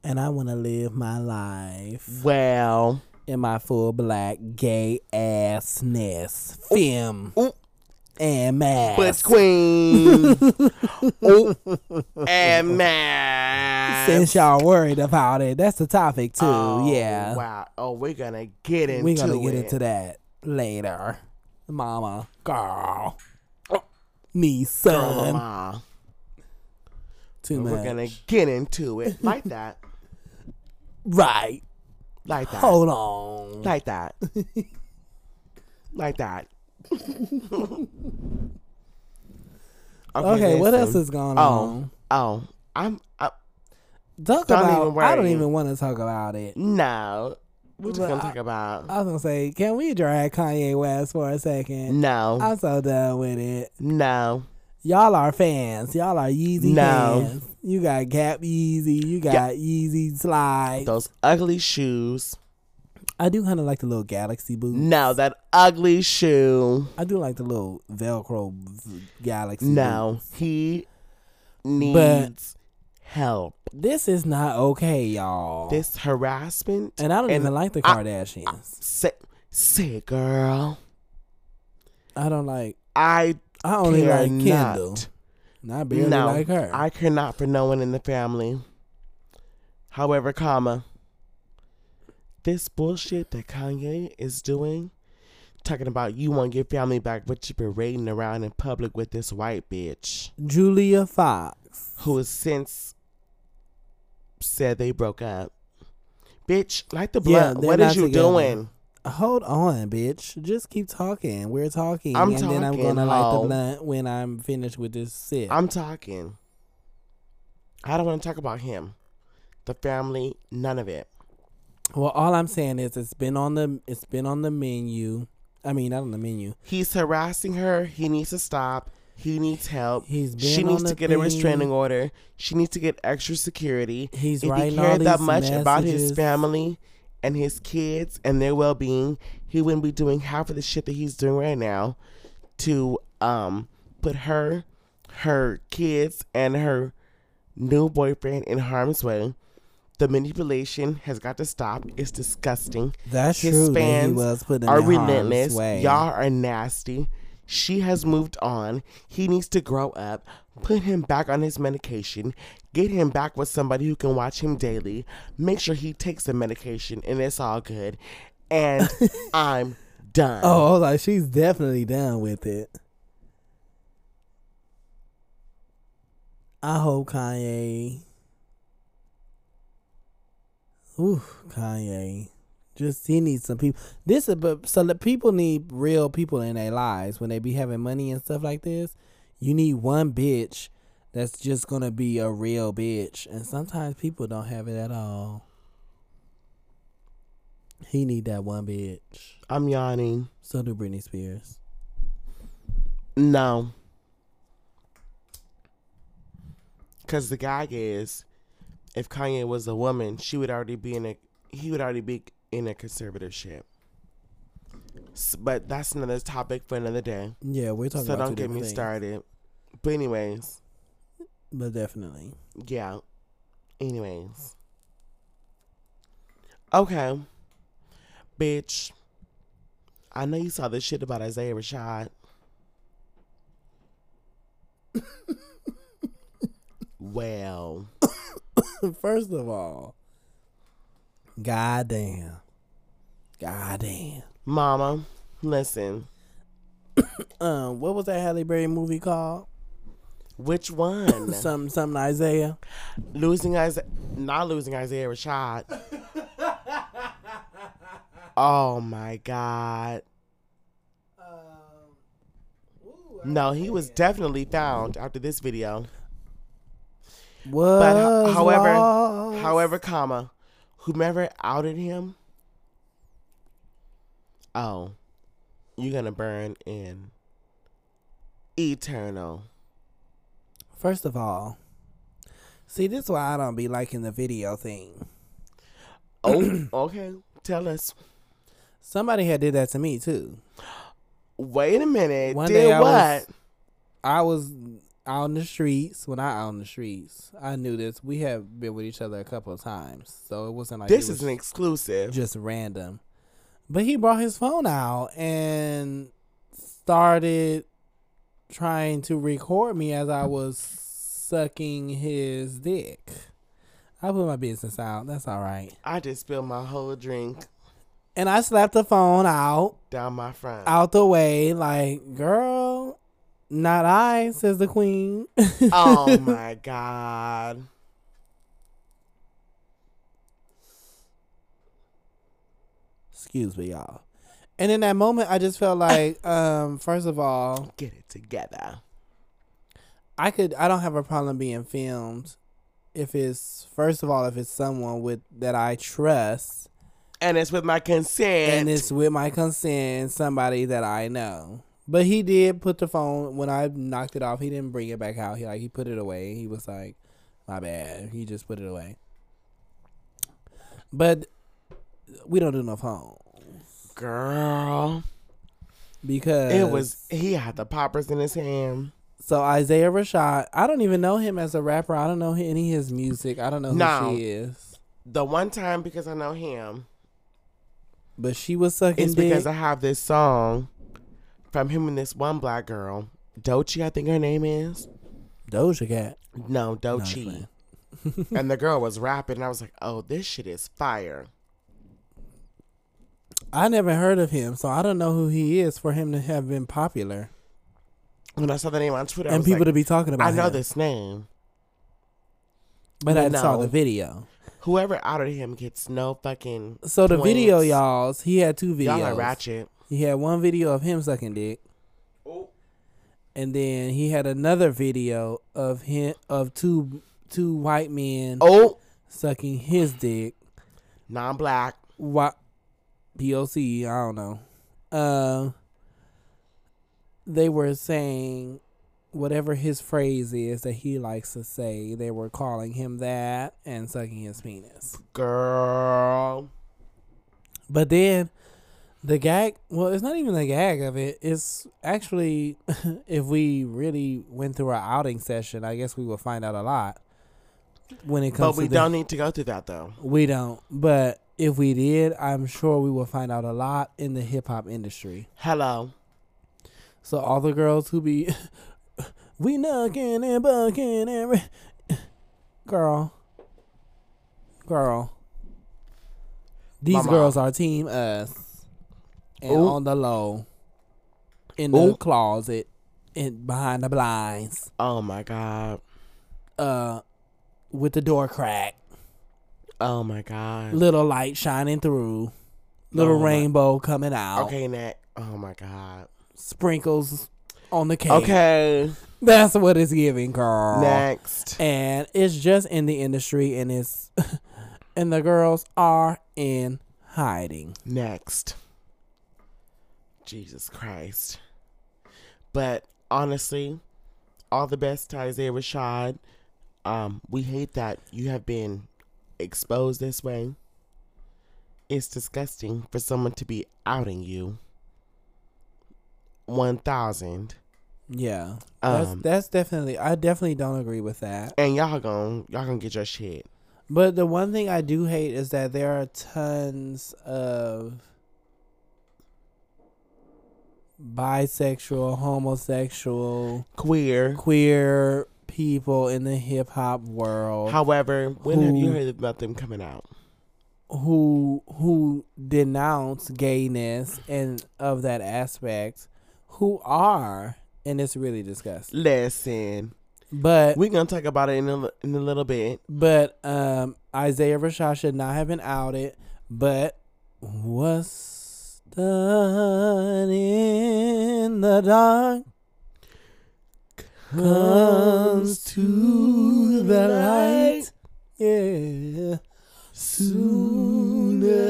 S1: and I want to live my life
S3: well.
S1: in my full black gay assness, fem
S3: Ooh,
S1: and mass.
S3: But queen. Ooh, and man.
S1: Since y'all worried about it, that's the topic too.
S3: Oh,
S1: yeah,
S3: Wow. Oh, we're gonna get into
S1: we're gonna get
S3: it.
S1: into that later, Mama, girl, me son.
S3: Oh. Mama.
S1: Too much,
S3: Oh, We're gonna get into it like that,
S1: right?
S3: like that,
S1: Hold on.
S3: like that, like that.
S1: Okay, what else
S3: listen.
S1: is going
S3: Oh,
S1: on?
S3: oh, I'm. I,
S1: Talk
S3: Don't
S1: about.
S3: even
S1: I don't
S3: worry.
S1: even want to talk about it.
S3: no, we're just
S1: But
S3: gonna
S1: I-
S3: talk about
S1: I was gonna say, can we drag Kanye West for a second?
S3: no,
S1: I'm so done with it.
S3: no.
S1: Y'all are fans. Y'all are Yeezy
S3: No.
S1: fans. You got Gap Yeezy. You got Yeezy Slide.
S3: Those ugly shoes.
S1: I do kind of like the little Galaxy boot.
S3: No, that ugly shoe.
S1: I do like the little Velcro v- Galaxy.
S3: No,
S1: boot.
S3: he needs help.
S1: this is not okay, y'all.
S3: This harassment.
S1: and I don't
S3: and
S1: even like the
S3: I-
S1: Kardashians.
S3: Say, say, girl.
S1: I, don't like.
S3: I
S1: I only
S3: They're
S1: like Kendall.
S3: not.
S1: And I barely
S3: no,
S1: like her.
S3: I care not for no one in the family. However, comma, this bullshit that Kanye is doing, talking about you want your family back, but you parading around in public with this white bitch
S1: Julia Fox.
S3: who has since said they broke up. Bitch, like the
S1: Yeah,
S3: blood.
S1: they're
S3: what is
S1: not
S3: you
S1: together.
S3: doing?
S1: Hold on, bitch. Just keep talking. We're talking.
S3: I'm
S1: and then I'm
S3: talking,
S1: gonna light
S3: hoe.
S1: the blunt when I'm finished with this sip.
S3: I'm talking. I don't want to talk about him, the family, none of it.
S1: well, all I'm saying is it's been on the it's been on the menu. I mean, not on the menu.
S3: He's harassing her. He needs to stop. He needs help.
S1: He's been
S3: she
S1: on
S3: needs
S1: the
S3: to get
S1: thing.
S3: a restraining order. She needs to get extra security.
S1: He's
S3: if
S1: writing
S3: he
S1: all
S3: cared
S1: these
S3: that much about his
S1: messages.
S3: family and his kids and their well being, he wouldn't be doing half of the shit that he's doing right now to um put her, her kids, and her new boyfriend in harm's way. The manipulation has got to stop. It's disgusting.
S1: That's
S3: His
S1: true. That he
S3: fans
S1: was put in
S3: are
S1: harm's
S3: relentless.
S1: Way.
S3: Y'all are nasty. She has moved on. He needs to grow up. Put him back on his medication. Get him back with somebody who can watch him daily. Make sure he takes the medication and it's all good. And I'm done.
S1: Oh, I was like, she's definitely done with it. I hope Kanye. Ooh, Kanye. Just he needs some people. This is but so the people need real people in their lives when they be having money and stuff like this. You need one bitch that's just gonna be a real bitch, and sometimes people don't have it at all. He need that one bitch.
S3: I'm yawning.
S1: So do Britney Spears.
S3: No. Cause the gag is, if Kanye was a woman, she would already be in a he would already be in a conservatorship. S- but that's another topic for another day.
S1: Yeah, we're talking
S3: So
S1: about
S3: don't
S1: two
S3: get me
S1: different things,
S3: started. But anyways,
S1: But definitely.
S3: yeah. Anyways. Okay. Bitch. I know you saw this shit about Isaiah Rashad. well,
S1: First of all, goddamn, goddamn.
S3: Mama, listen.
S1: Um, what was that Halle Berry movie called?
S3: Which one?
S1: Something, something Isaiah.
S3: losing Isaiah, not losing Isaiah Rashad. oh my God. No, he was definitely found after this video.
S1: Was
S3: But ho- however,
S1: lost.
S3: however, comma, whomever outed him, oh, you're gonna burn in eternal.
S1: first of all, see this is why I don't be liking the video thing.
S3: Oh, okay. Tell us.
S1: Somebody had did that to me too.
S3: Wait a minute.
S1: One
S3: Did
S1: day I
S3: what?
S1: was- I was out in the streets. When I out in the streets, I knew this. We have been with each other a couple of times, so it wasn't like it
S3: this is
S1: was
S3: an exclusive.
S1: just random. But he brought his phone out and started trying to record me as I was sucking his dick. I put my business out. That's all right.
S3: I just spilled my whole drink
S1: And I slapped the phone out,
S3: down my front.
S1: out the way, like, girl, not I, says the queen.
S3: oh my god.
S1: Excuse me, y'all. And in that moment, I just felt like, um, first of all,
S3: Get it together.
S1: I could I don't have a problem being filmed if it's first of all if it's someone with that I trust
S3: And it's with my consent.
S1: and it's with my consent somebody that I know. But he did put the phone when I knocked it off. He didn't bring it back out. He like he put it away. He was like, "My bad." He just put it away. But we don't do no phone
S3: girl.
S1: because
S3: It was he had the poppers in his hand.
S1: so Isaiah Rashad. I don't even know him as a rapper. I don't know any of his music. I don't know who
S3: No.
S1: she is.
S3: The one time because I know him.
S1: But she was sucking
S3: It's
S1: dick.
S3: because I have this song from him and this one black girl. Dochi, I think her name is.
S1: Doja Cat.
S3: No,
S1: I'm
S3: Dochi. and the girl was rapping and I was like, Oh, this shit is fire.
S1: I never heard of him, so I don't know who he is for him to have been popular
S3: When I saw the name on Twitter, I
S1: and
S3: was
S1: people
S3: like,
S1: to be talking about.
S3: I know
S1: him.
S3: this name.
S1: but I
S3: No.
S1: saw the video.
S3: Whoever outed him gets no fucking
S1: So the video,
S3: points.
S1: y'all's, he had two videos.
S3: Y'all are ratchet.
S1: He had one video of him sucking dick,
S3: Oh.
S1: and then he had another video of him of two two white men
S3: Oh,
S1: sucking his dick.
S3: non-black.
S1: What POC? I don't know. Um, they were saying whatever his phrase is that he likes to say. They were calling him that and sucking his penis.
S3: Girl.
S1: But then the gag. Well, it's not even the gag of it. It's actually if we really went through our outing session, I guess we would find out a lot when it comes.
S3: But we
S1: to the-
S3: don't need to go through that though.
S1: We don't. But if we did, I'm sure we will find out a lot in the hip hop industry.
S3: Hello.
S1: So all the girls who be we knocking and bucking and ra- girl, girl, these
S3: Mama.
S1: girls are team us and
S3: Ooh.
S1: on the low in
S3: Ooh.
S1: the closet and behind the blinds,
S3: Oh my god.
S1: uh, with the door crack,
S3: Oh my god.
S1: little light shining through, little
S3: Oh my-
S1: rainbow coming out,
S3: Okay, Nat. Oh my god.
S1: sprinkles on the cake.
S3: Okay.
S1: That's what it's giving, girl.
S3: Next.
S1: and it's just in the industry and it's and the girls are in hiding
S3: Next. Jesus Christ. But honestly, all the best to Isaiah Rashad. Um, we hate that you have been exposed this way. It's disgusting for someone to be outing you. One thousand.
S1: yeah that's,
S3: Um,
S1: that's definitely i definitely don't agree with that
S3: and y'all gon' y'all gonna get your shit.
S1: but the one thing i do hate is that there are tons of bisexual, homosexual,
S3: Queer.
S1: queer people in the hip hop world
S3: However, when have you
S1: Who-
S3: heard about them coming out?
S1: who who denounce gayness and of that aspect who are and it's really disgusting.
S3: Listen,
S1: But
S3: we're gonna talk about it in a, in a little bit.
S1: but um Isaiah Rashad should not have been outed, but what's done in the dark comes to the light. Yeah. Sooner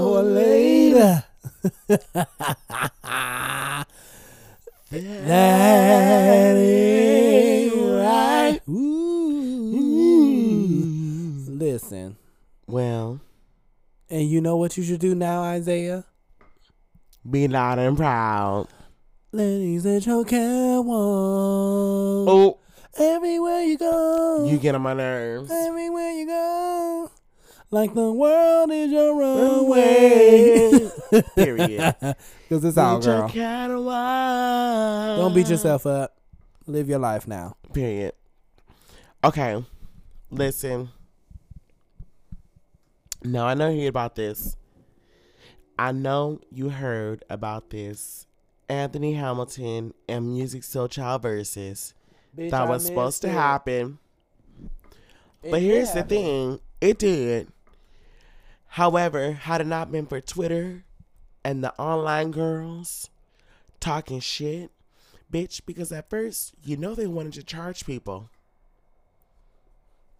S1: or later. that ain't right. Listen,
S3: Well,
S1: and you know what you should do now, Isaiah?
S3: be loud and proud.
S1: Ladies and your catwalk.
S3: Oh,
S1: Everywhere you go.
S3: you get on my nerves.
S1: Everywhere you go, like the world is your
S3: Runway.
S1: runway.
S3: Period.
S1: Because it's all
S3: Get your
S1: girl.
S3: Cadillac.
S1: Don't beat yourself up. Live your life now.
S3: Period. Okay, listen. Now I know you heard about this. I know you heard about this. Anthony Hamilton and Music Soul Child versus that was supposed to happen. But here's the thing it did. However, had it not been for Twitter and the online girls talking shit, bitch, because at first, you know, they wanted to charge people,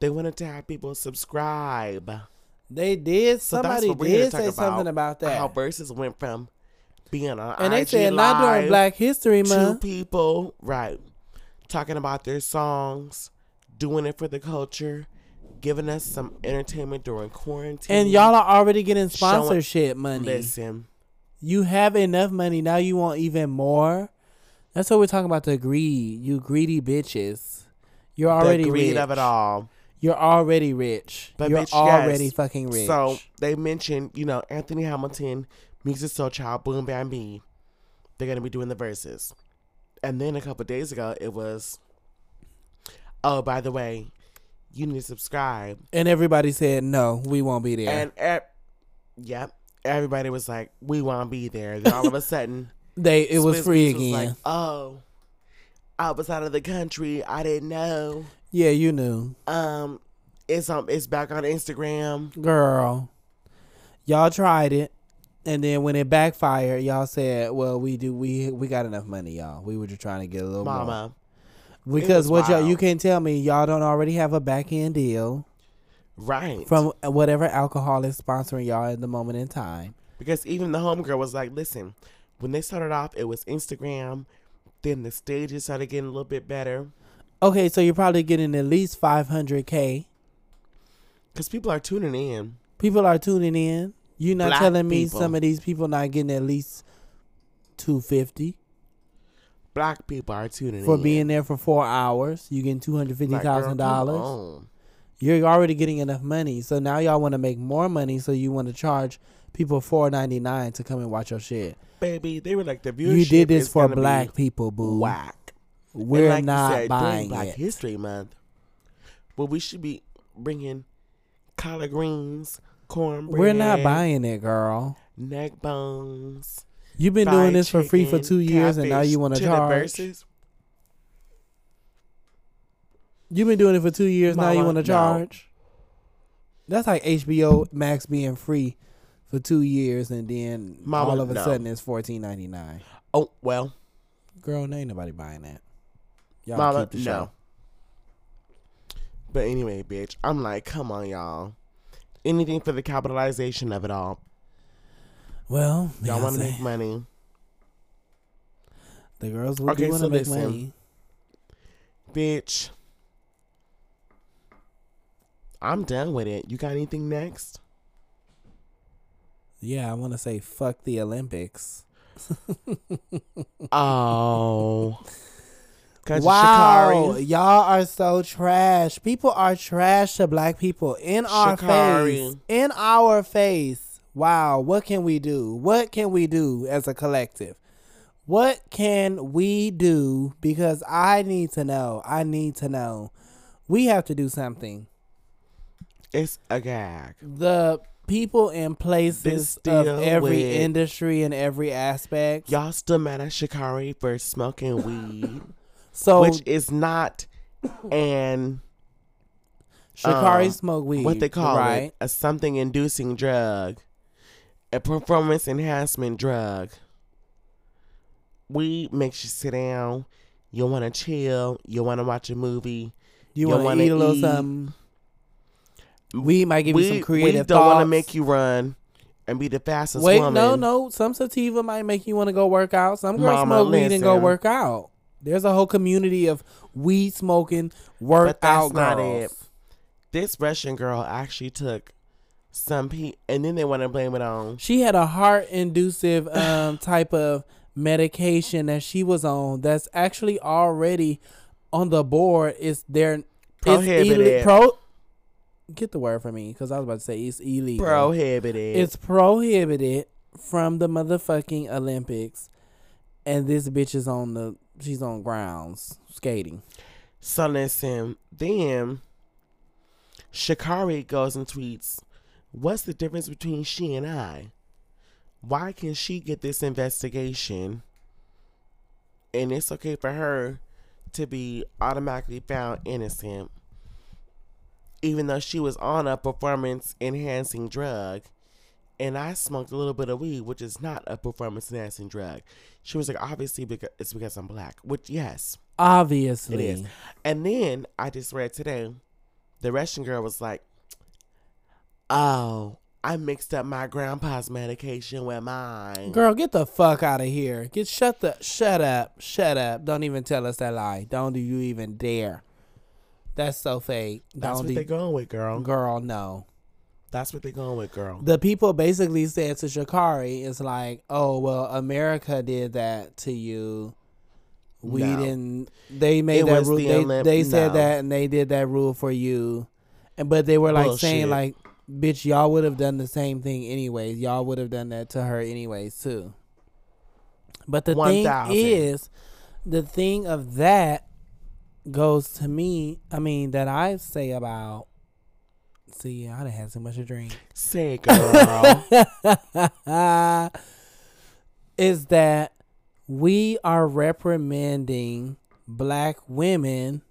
S3: they wanted to have people subscribe.
S1: They did.
S3: So that's
S1: Somebody
S3: what we're here
S1: did
S3: to talk
S1: say something about that.
S3: How verses went from being on
S1: and they
S3: IG
S1: said not during
S3: Live
S1: Black History
S3: two
S1: Month.
S3: people, right, talking about their songs, doing it for the culture, giving us some entertainment during quarantine.
S1: And y'all are already getting
S3: Showing-
S1: sponsorship money.
S3: listen,
S1: You have enough money. Now you want even more. That's what we're talking about the greed. You greedy bitches. You're already
S3: the greed
S1: rich.
S3: of it all.
S1: You're already rich.
S3: But
S1: You're
S3: bitch, yes.
S1: already fucking rich.
S3: So they mentioned, you know, Anthony Hamilton, Music Soul Child, Boom Bam B. They're gonna be doing the verses, and then a couple days ago it was, oh by the way, you need to subscribe.
S1: and everybody said no, we won't be there.
S3: And ev- yep, everybody was like, "We want to be there." Then all of a sudden,
S1: they it was
S3: Swizz
S1: free
S3: Beatz was
S1: again.
S3: like, oh, I was out of the country. I didn't know.
S1: yeah, you knew,
S3: Um, it's um, it's back on Instagram.
S1: girl. Y'all tried it, and then when it backfired, y'all said, "Well, we do. We we got enough money, y'all. We were just trying to get a little more."
S3: Mama,
S1: Because
S3: was
S1: what y'all
S3: wild.
S1: you can't tell me y'all don't already have a back end deal
S3: right?
S1: from whatever alcohol is sponsoring y'all at the moment in time.
S3: because even the homegirl was like, "Listen, when they started off, it was Instagram. Then the stages started getting a little bit better
S1: Okay, so you're probably getting at least five hundred k.
S3: because people are tuning in.
S1: People are tuning in. You're not
S3: Black
S1: telling me
S3: people.
S1: some of these people not getting at least two fifty.
S3: Black people are tuning
S1: for
S3: in
S1: being there for four hours. You getting two hundred fifty
S3: Like, girl,
S1: thousand
S3: come
S1: dollars.
S3: on.
S1: You're already getting enough money, so now y'all want to make more money. So you want to charge people four ninety nine to come and watch your shit.
S3: baby. They were like, "The viewership
S1: You did this
S3: is
S1: for
S3: gonna be
S1: black people, boo.
S3: Whack. And
S1: We're
S3: like you
S1: not
S3: said, during
S1: buying
S3: Black
S1: it.
S3: History Month. Well, we should be bringing collard greens, cornbread.
S1: We're not buying it, girl.
S3: neck bones.
S1: You've been doing
S3: fried
S1: this for free for
S3: chicken,
S1: two years, and now
S3: catfish
S1: you want to
S3: the
S1: charge.
S3: verses?
S1: You've been doing it for two years. now you
S3: Mama,
S1: want to
S3: no.
S1: charge. That's like HBO Max being free for two years, and then
S3: Mama,
S1: all of a
S3: no.
S1: sudden it's fourteen ninety nine.
S3: Oh well,
S1: Girl, ain't nobody buying that. Y'all
S3: mama,
S1: keep the
S3: no.
S1: show.
S3: But anyway, bitch, I'm like, come on, y'all. Anything for the capitalization of it all.
S1: Well,
S3: Y'all want to
S1: Beyonce,
S3: make money.
S1: the girls will
S3: Okay,
S1: do want
S3: so
S1: to make
S3: listen.
S1: money.
S3: Bitch. I'm done with it. You got anything next?
S1: Yeah, I want to say fuck the Olympics.
S3: Oh. Country
S1: Wow,
S3: Shikari.
S1: y'all are so trash. People are trash to black people in our
S3: Shikari.
S1: face. In our face. Wow, what can we do? What can we do as a collective? What can we do? Because I need to know. I need to know. We have to do something.
S3: It's a gag.
S1: The people and places of
S3: deal
S1: every
S3: with-
S1: industry and every aspect.
S3: Y'all still mad at Shikari for smoking weed,
S1: so
S3: which is not an
S1: Shikari
S3: uh,
S1: smoke weed.
S3: what they call
S1: right?
S3: it a something inducing drug, a performance enhancement drug. Weed makes you sit down. You want to chill. You want to watch a movie.
S1: You
S3: You
S1: want
S3: wanna
S1: to eat a little
S3: eat.
S1: something. We might give you some creative
S3: we don't wanna
S1: thoughts.
S3: make you run and be the fastest
S1: Wait,
S3: woman.
S1: no, no. Some sativa might make you want to go work out. Some girls
S3: Mama,
S1: smoke weed and go
S3: listen.
S1: work out. There's a whole community of weed smoking workout
S3: But
S1: girls.
S3: that's not it. This Russian girl actually took some pe and then they want to blame it on.
S1: She had a heart inducive um, type of medication that she was on that's actually already on the board. It's their It's
S3: Prohibited.
S1: illi- pro- Get the word for me because I was about to say it's illegal.
S3: Prohibited.
S1: It's prohibited from the motherfucking Olympics, and this bitch is on the she's on grounds skating.
S3: so listen, then Shikari goes and tweets, "What's the difference between she and I? Why can she get this investigation, and it's okay for her to be automatically found innocent, even though she was on a performance-enhancing drug?" And I smoked a little bit of weed, which is not a performance enhancing drug. She was like, obviously, because it's because I'm black. Which, yes, it
S1: Obviously,
S3: is. And then I just read today, the Russian girl was like, "Oh, I mixed up my grandpa's medication with mine."
S1: girl, get the fuck out of here. Get shut the shut up, shut up. Don't even tell us that lie. Don't do you even dare. That's so fake.
S3: That's
S1: Don't
S3: what
S1: do-
S3: they going with, girl.
S1: girl. No.
S3: That's what they going with, girl.
S1: the people basically said to Shakari, "It's like, oh well, America did that to you. We
S3: No.
S1: didn't. They made
S3: It
S1: that
S3: was
S1: rule.
S3: the
S1: They,
S3: Olymp-
S1: they said
S3: no.
S1: that, and they did that rule for you. And but they were like saying
S3: Bullshit.
S1: like, bitch, y'all would have done the same thing anyways. Y'all would have done that to her anyways too. But the
S3: One
S1: thing
S3: thousand.
S1: is, the thing of that goes to me. I mean, that I say about." See, I done had so much to drink
S3: Say, it, girl.
S1: Uh, is that we are reprimanding black women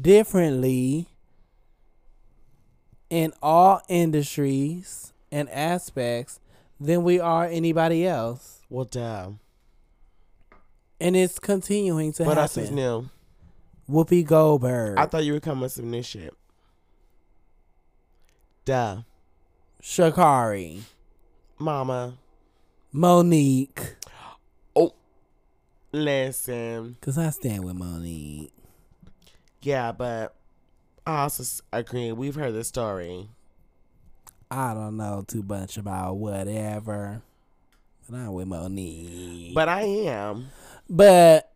S1: differently in all industries and aspects than we are anybody else.
S3: well, duh.
S1: And it's continuing to
S3: What else is
S1: happen.
S3: new?
S1: Whoopi Goldberg,
S3: I thought you were coming with some new shit. Duh,
S1: Shakari,
S3: mama.
S1: Monique.
S3: Listen,
S1: Because I stand with Monique.
S3: yeah, but I also s- agree. We've heard the story.
S1: I don't know too much about whatever. But I'm with Monique.
S3: But I am.
S1: But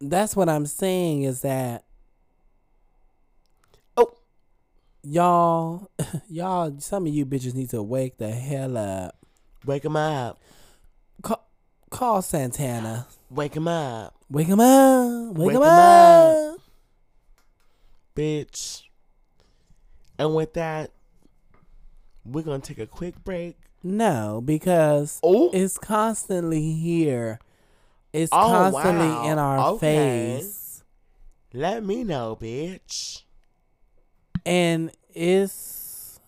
S1: that's what I'm saying is that
S3: Oh.
S1: y'all, y'all, some of you bitches need to wake the hell up.
S3: Wake him up.
S1: Call, call Santana.
S3: Wake him up.
S1: Wake him up. Wake,
S3: Wake
S1: him
S3: 'em
S1: up.
S3: up. bitch. And with that, we're gonna take a quick break.
S1: No, because
S3: Oh,
S1: it's constantly here. It's
S3: Oh,
S1: constantly
S3: wow.
S1: in our
S3: Okay.
S1: face.
S3: let me know, bitch.
S1: and it's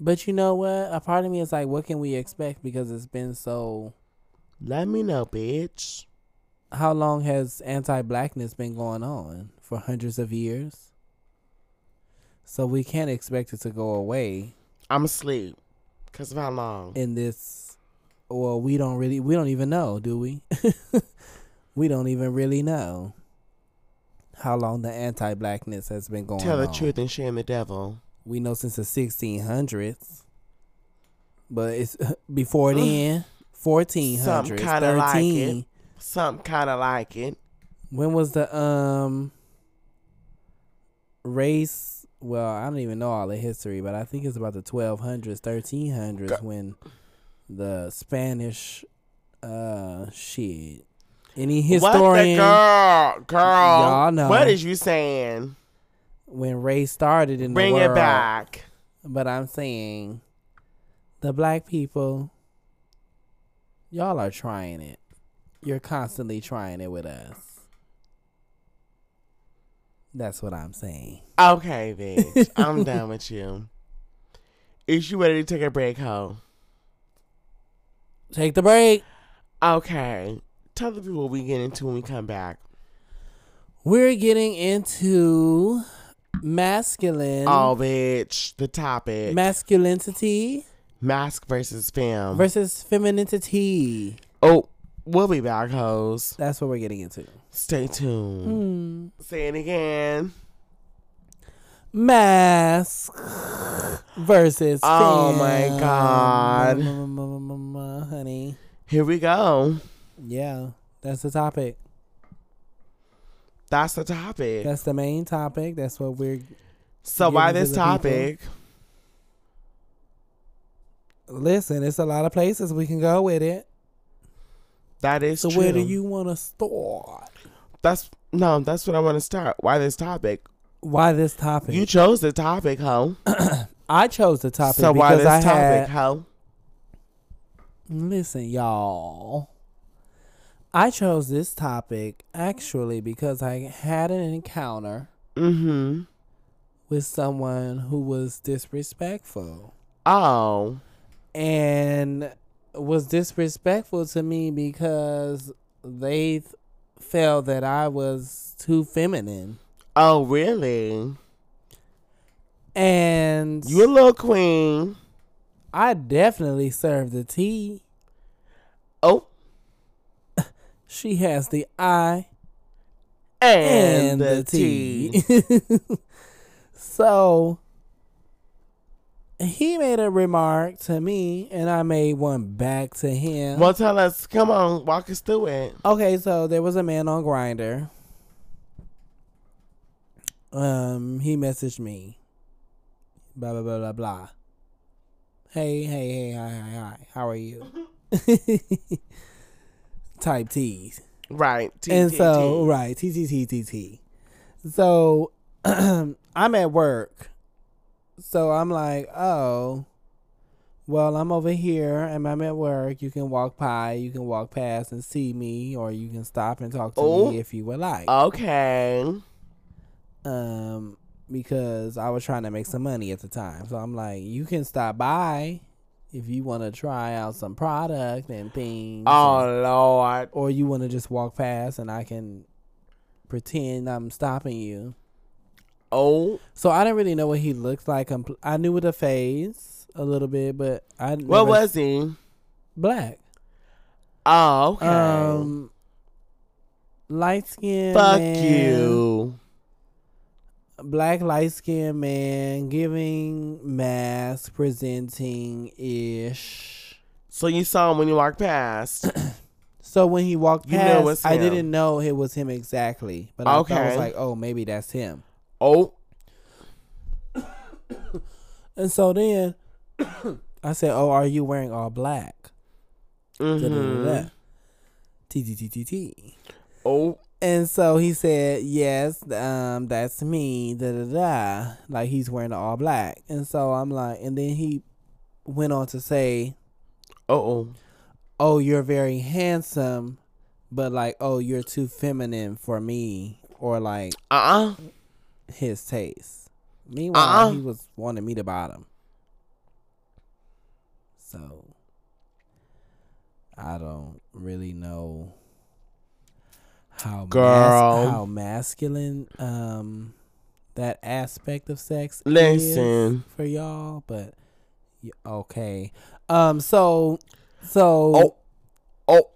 S1: but you know what a part of me is like what can we expect because it's been so
S3: Let me know, bitch.
S1: how long has anti-blackness been going on for hundreds of years so we can't expect it to go away
S3: I'm asleep. Cause of how long?
S1: in this well we don't really we don't even know do we we don't even really know how long the anti-blackness has been going
S3: Tell
S1: on
S3: the truth and shame the devil.
S1: we know since the 1600s, but it's before then, 1400s,
S3: Something kinda like
S1: 13.
S3: it. Something kind of like it.
S1: When was the um race? Well, I don't even know all the history, but I think it's about the 1200s, 1300s when the Spanish uh shit Any
S3: What the
S1: historian
S3: girl, girl?
S1: Y'all know.
S3: What is you saying?
S1: when race started in
S3: Bring
S1: the world,
S3: it back.
S1: but I'm saying the black people, y'all are trying it. You're constantly trying it with us. That's what I'm saying.
S3: Okay, bitch. I'm done with you. Is you ready to take a break, hoe?
S1: Take the break.
S3: Okay. Tell the people what we get into when we come back.
S1: We're getting into masculine
S3: Oh, bitch. The topic.
S1: masculinity
S3: Mask versus film.
S1: versus femininity.
S3: oh, we'll be back, hoes.
S1: That's what we're getting into.
S3: Stay tuned.
S1: Mm.
S3: Say it again.
S1: Mask versus Mm,
S3: Oh my
S1: femme.
S3: God.
S1: mm, honey.
S3: Here we go.
S1: Yeah, that's the topic.
S3: That's the topic.
S1: That's the main topic. That's what we're
S3: so why
S1: giving to
S3: this
S1: the people.
S3: topic?
S1: Listen, it's a lot of places we can go with it.
S3: That is
S1: So
S3: true.
S1: where do you want to start?
S3: That's no. That's what I want to start. Why this topic?
S1: Why this topic?
S3: You chose the topic, ho.
S1: I chose the topic
S3: so why
S1: because
S3: this
S1: I had
S3: topic, ho?
S1: Listen, y'all. I chose this topic actually because I had an encounter
S3: Mm-hmm.
S1: with someone who was disrespectful
S3: Oh,
S1: and was disrespectful to me because they th- felt that I was too feminine.
S3: oh, really?
S1: And
S3: You a little queen?
S1: I definitely served the tea.
S3: Oh,
S1: She has the I
S3: and, the tea.
S1: tea. so he made a remark to me, and I made one back to him.
S3: Well, tell us. Come on, walk us through it.
S1: Okay, so there was a man on Grinder. Um, he messaged me. Blah blah blah blah blah. Hey hey hey hi hi hi. How are you? Type T's
S3: Right. Tea,
S1: and
S3: tea,
S1: so
S3: tea.
S1: right t t t t t so i'm at work so i'm like oh well i'm over here and i'm at work you can walk by you can walk past and see me or you can stop and talk to
S3: Oh.
S1: me if you would like
S3: Okay.
S1: um because i was trying to make some money at the time so i'm like you can stop by if you want to try out some product and things and-
S3: Oh Lord.
S1: or you want to just walk past and I can pretend I'm stopping you.
S3: Oh.
S1: So I didn't really know what he looked like. compl- I knew with a face a little bit, but I
S3: What
S1: never-
S3: was he?
S1: black?
S3: Oh, okay.
S1: Um, light skin.
S3: Fuck
S1: man,
S3: you.
S1: Black light skin man, giving mask presenting ish.
S3: So you saw him when you walked past.
S1: So when he walked
S3: You knew it
S1: past,
S3: was
S1: I
S3: him.
S1: didn't know it was him exactly, but I thought I was
S3: Okay.
S1: like, oh, maybe that's him.
S3: oh.
S1: And so then I said, Oh, are you wearing all black? Da, da, da, da,
S3: hmm
S1: da. T T T T T.
S3: Oh.
S1: And so he said, Yes, um, that's me, da da da. Like he's wearing all black. And so I'm like and then he went on to say,
S3: Oh.
S1: Oh, you're very handsome, but like, oh, you're too feminine for me or like
S3: Uh. uh
S1: his taste. Meanwhile,
S3: Uh-uh.
S1: he was wanting me to bottom. So I don't really know how mas-
S3: Girl.
S1: how masculine um that aspect of sex is
S3: Listen.
S1: for y'all, but y- okay. Um so so
S3: Oh. Oh.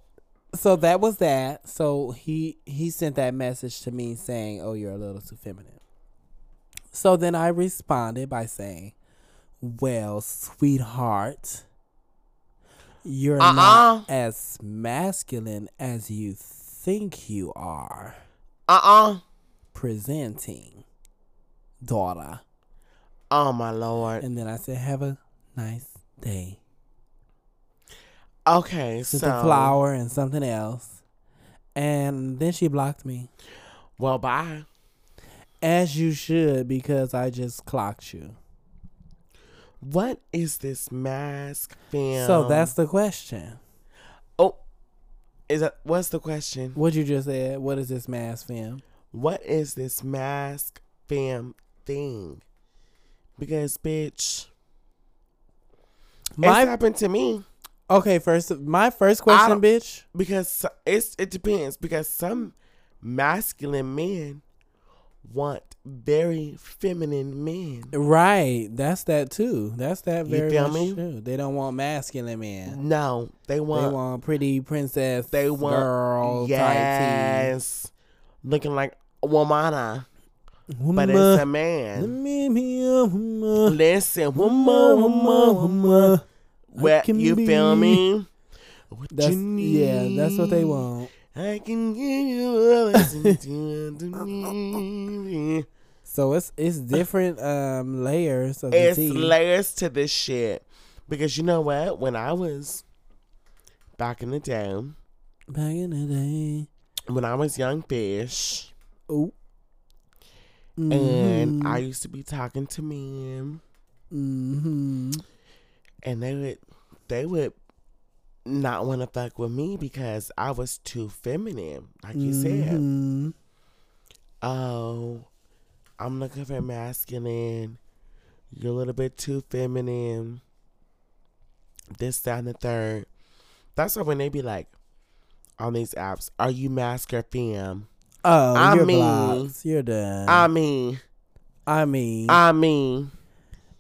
S1: so that was that. So he he sent that message to me saying, "Oh, you're a little too feminine." So then I responded by saying, "Well, sweetheart, you're
S3: Uh-uh.
S1: not as masculine as you think you are
S3: Uh. uh
S1: presenting, daughter."
S3: Oh my lord.
S1: And then I said, "Have a nice day."
S3: Okay.
S1: Sent
S3: so.
S1: a flower and something else. And then she blocked me.
S3: Well, bye.
S1: As you should, because I just clocked you.
S3: What is this mask film?
S1: So that's the question.
S3: oh, is that what's the question?
S1: What you just said, what is this mask film?
S3: What is this mask film thing? Because bitch, it's
S1: My
S3: happened to me.
S1: okay, first my first question,
S3: don't-
S1: bitch.
S3: because so- it's it depends because some masculine men want very feminine men.
S1: Right. That's that too. That's that
S3: You
S1: very
S3: feel
S1: much
S3: me?
S1: true. They don't want masculine men.
S3: No, they want
S1: they
S3: they want,
S1: want pretty princess girl type
S3: yes, looking like a womana,
S1: teeth.
S3: but it's a man. Listen, woman, woman, woman. What
S1: can
S3: you feel
S1: be-
S3: me? What
S1: That's
S3: you
S1: yeah, that's what they
S3: need.
S1: want.
S3: I can give you all that you need.
S1: So it's it's different um layers of
S3: it's
S1: the tea.
S3: layers to this shit because you know what when i was back in the day
S1: Back in the day.
S3: when i was young fish
S1: Ooh.
S3: and i used to be talking to men
S1: mm-hmm.
S3: and they would they would not want to fuck with me because i was too feminine like you said
S1: Mhm.
S3: oh i'm looking for masculine you're a little bit too feminine this that and the third that's why when they be like on these apps are you mask or femme
S1: Oh,
S3: I
S1: you're
S3: mean-
S1: blocked. You're done.
S3: i mean
S1: I mean,
S3: i mean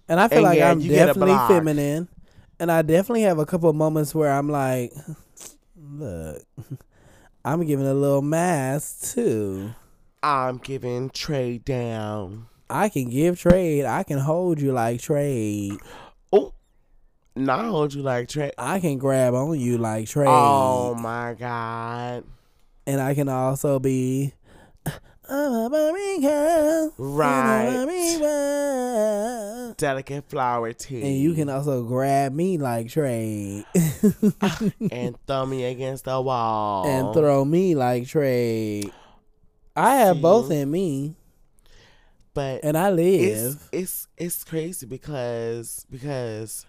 S1: and I feel
S3: and
S1: like
S3: yeah,
S1: I'm
S3: you get a
S1: definitely
S3: block.
S1: feminine, and I definitely have a couple of moments where I'm like, look, I'm giving a little mask too.
S3: i'm giving trade down
S1: I can give trade. I can hold you like trade.
S3: oh now I hold you like trade
S1: I can grab on you like trade.
S3: oh my god
S1: and I can also be I'm a Barbie girl, and a
S3: Right.
S1: Barbie world.
S3: delicate flower tea
S1: And you can uh, also grab me like Trey
S3: and throw me against the wall
S1: and throw me like Trey. I have
S3: See?
S1: both in me,
S3: but
S1: and I live.
S3: it's it's it's crazy because because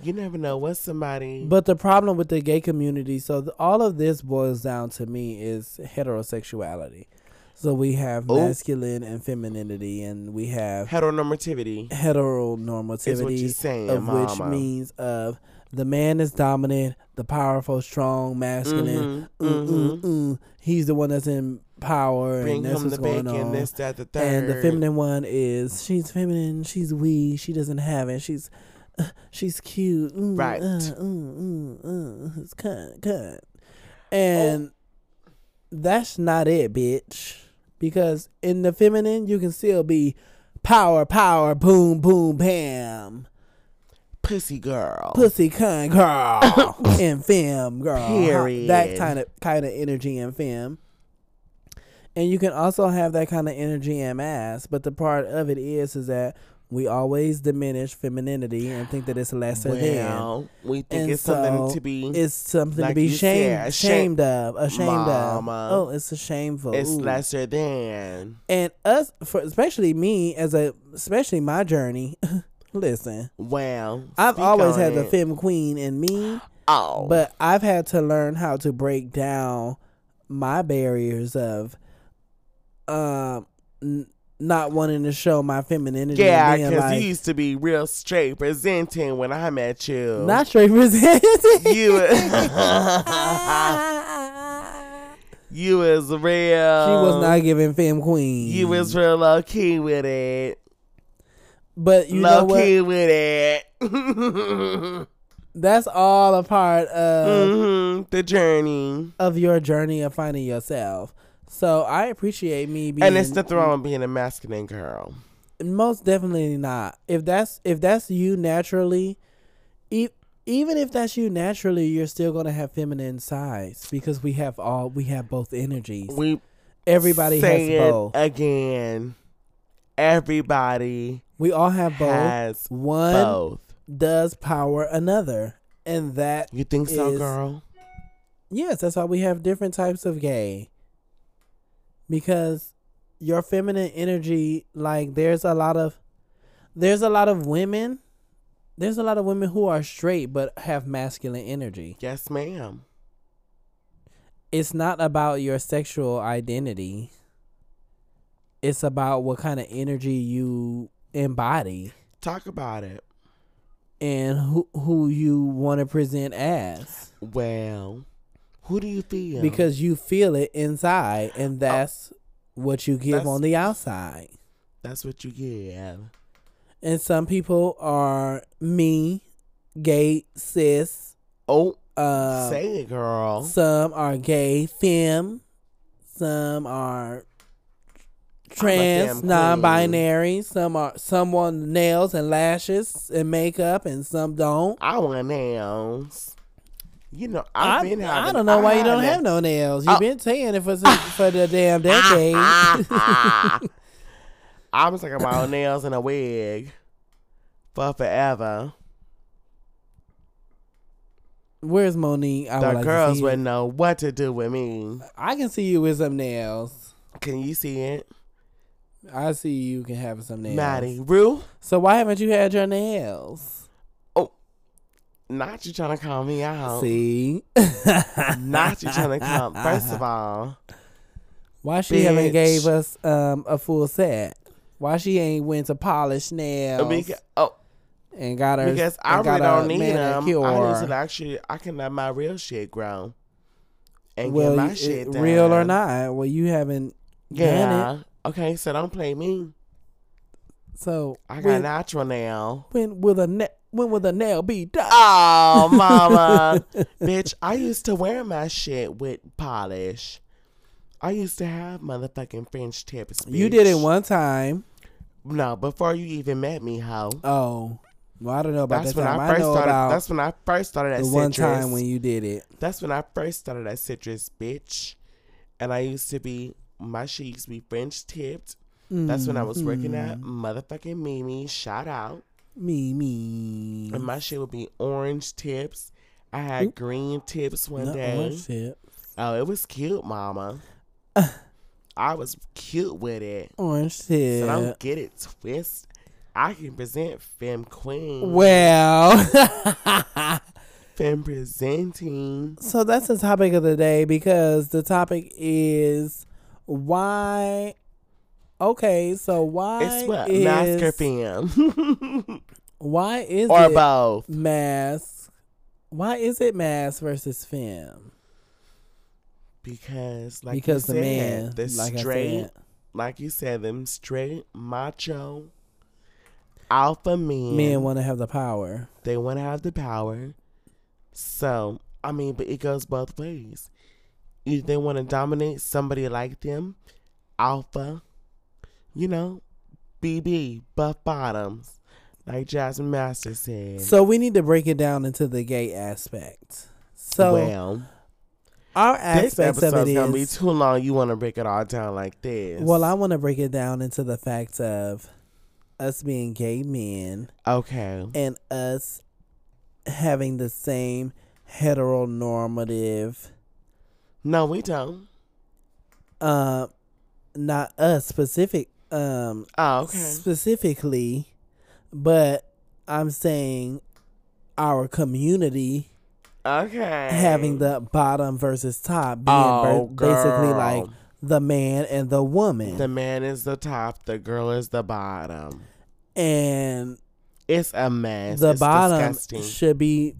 S3: you never know what somebody
S1: But the problem with the gay community, so th- all of this boils down to me is heterosexuality. So we have
S3: Oh.
S1: masculine and femininity, and we have
S3: heteronormativity is what
S1: heteronormativity.
S3: you're saying,
S1: of
S3: mama.
S1: which means of the man is dominant, the powerful, strong, masculine.
S3: Mhm,
S1: Mm, mm,
S3: mhm.
S1: mm. He's the one that's in power,
S3: Bring
S1: and that's
S3: home
S1: what's
S3: the
S1: going
S3: bacon,
S1: on.
S3: this, that, the third.
S1: and the feminine one is she's feminine, she's wee, she doesn't have it, she's uh, she's cute, mm,
S3: Right.
S1: Uh, mm, mm, uh, it's cut, cut, and that's not it, bitch. Because in the feminine, you can still be power, power, boom, boom, bam
S3: pussy girl.
S1: pussy cunt girl and femme girl.
S3: Period.
S1: That kind of kind of energy and femme. And you can also have that kind of energy and mass, but the part of it is is that we always diminish femininity and think that it's lesser than.
S3: well, we think
S1: And
S3: it's something
S1: so
S3: to be.
S1: It's something to
S3: like
S1: be
S3: you said,
S1: shamed,
S3: shame-
S1: shamed of, ashamed
S3: Mama.
S1: of. Oh, it's a shameful.
S3: it's
S1: Ooh.
S3: lesser than.
S1: And us, for, especially me, as a especially my journey. listen,
S3: Well,
S1: I've
S3: speak
S1: always
S3: on
S1: had the
S3: it.
S1: femme queen in me.
S3: Oh,
S1: But I've had to learn how to break down my barriers of um n- not wanting to show my femininity. and
S3: yeah,
S1: being
S3: because
S1: like,
S3: you used to be real straight presenting when I met you.
S1: not straight presenting.
S3: you. you was real. She
S1: she was not giving femme queen.
S3: Um, You was real low key with it.
S1: but you know
S3: low
S1: what? Uh,
S3: key with it. hmm
S1: That's all a part of
S3: Mm-hmm. The journey.
S1: of your journey of finding yourself. So I appreciate me being
S3: And it's nothing wrong with being a masculine girl.
S1: most definitely not if that's if that's you naturally e- even if that's you naturally you're still going to have feminine sides because we have all we have both energies
S3: We
S1: everybody has
S3: say it
S1: both
S3: again. Everybody
S1: we all have both
S3: has
S1: one
S3: both.
S1: does power another and that
S3: You think so,
S1: is-
S3: girl?
S1: Yes, that's why we have different types of gay. Because your feminine energy, like there's a lot of there's a lot of women there's a lot of women who are straight but have masculine energy.
S3: Yes, ma'am.
S1: It's not about your sexual identity. It's about what kind of energy you embody
S3: Talk about it.
S1: and who who you want to present as.
S3: Well, who do you feel?
S1: because you feel it inside and that's what you give
S3: That's-
S1: on the outside
S3: that's what you give.
S1: and some people are me gay cis
S3: Oh,
S1: uh
S3: say it, girl.
S1: some are gay femme some are
S3: femme
S1: trans
S3: queen.
S1: non-binary some are some want nails and lashes and makeup and some don't
S3: I want nails. You know, I've
S1: I,
S3: been having,
S1: I don't know why you don't have
S3: had
S1: no nails. You've
S3: Oh. Ah,
S1: been saying it for some- for the damn decade.
S3: that- I was talking about nails and a wig for forever.
S1: Where's Monique? I
S3: The
S1: would like to
S3: girls
S1: see it.
S3: wouldn't know what to do with me.
S1: I can see you with some nails.
S3: Can you see it,
S1: I see you can have some nails.
S3: Maddie? Rue,
S1: So why haven't you had your nails?
S3: not you trying to call me out.
S1: See,
S3: Um, Not you trying to come. First of all,
S1: why she haven't
S3: Bitch.
S1: gave us um a full set? Why she ain't went to polish nails
S3: because, oh,
S1: and got her
S3: because I
S1: and
S3: really
S1: got
S3: don't
S1: a
S3: need them.
S1: manicure?
S3: I need to actually, I can let my real shit grow and
S1: well,
S3: get my
S1: you-
S3: shit
S1: it-
S3: done.
S1: real or not? Well, you haven't done it.
S3: Yeah. Okay, so don't play me.
S1: So
S3: I got
S1: when,
S3: natural now.
S1: when will a na- when will the nail be done?
S3: Oh, mama. Bitch, I used to wear my shit with polish. I used to have motherfucking French tips.
S1: you
S3: bitch.
S1: did it one time.
S3: No, before you even met me, hoe.
S1: Oh, well, I don't know about
S3: That's
S1: that
S3: when
S1: time.
S3: I first
S1: know
S3: started.
S1: about
S3: That's when I first started at
S1: the one
S3: citrus.
S1: time when you did it.
S3: that's when I first started at citrus, bitch. And I used to be my shit used to be French tipped. That's when I was working at
S1: Mm-hmm.
S3: motherfucking Mimi. Shout out.
S1: Me, me.
S3: And my shit would be orange tips. I had green tips one
S1: Not
S3: day.
S1: orange tip.
S3: Oh, it was cute, mama. I was cute with it.
S1: Orange
S3: So
S1: tip.
S3: don't get it twist. I can present Femme Queen.
S1: Well,
S3: Femme presenting.
S1: so that's the topic of the day because the topic is why. Okay, so why
S3: It's what?
S1: is
S3: Mask or Femme?
S1: why is
S3: or
S1: it
S3: both.
S1: mask? Why is it mask versus femme?
S3: Because, like
S1: because
S3: you
S1: the
S3: said,
S1: man,
S3: the
S1: like I
S3: straight,
S1: said,
S3: like you said, them straight macho alpha men.
S1: men want to have the power.
S3: They want to have the power. So, I mean, but it goes both ways. Either they want to dominate somebody like them, alpha, you know, BB, buff bottoms, like Jasmine Master said.
S1: So we need to break it down into the gay aspect. So
S3: well,
S1: our
S3: this
S1: aspects of it
S3: episode's going to be
S1: is
S3: too long. You want to break it all down like this.
S1: well, I want to break it down into the fact of us being gay men
S3: Okay.
S1: and us having the same heteronormative
S3: No, we don't.
S1: uh not us specific um
S3: Oh, okay.
S1: specifically but I'm saying our community
S3: Okay.
S1: having the bottom versus top being
S3: Oh,
S1: ba- basically
S3: girl.
S1: like the man and the woman
S3: The man is the top, the girl is the bottom.
S1: and
S3: It's a mess.
S1: the
S3: it's
S1: bottom
S3: disgusting.
S1: should be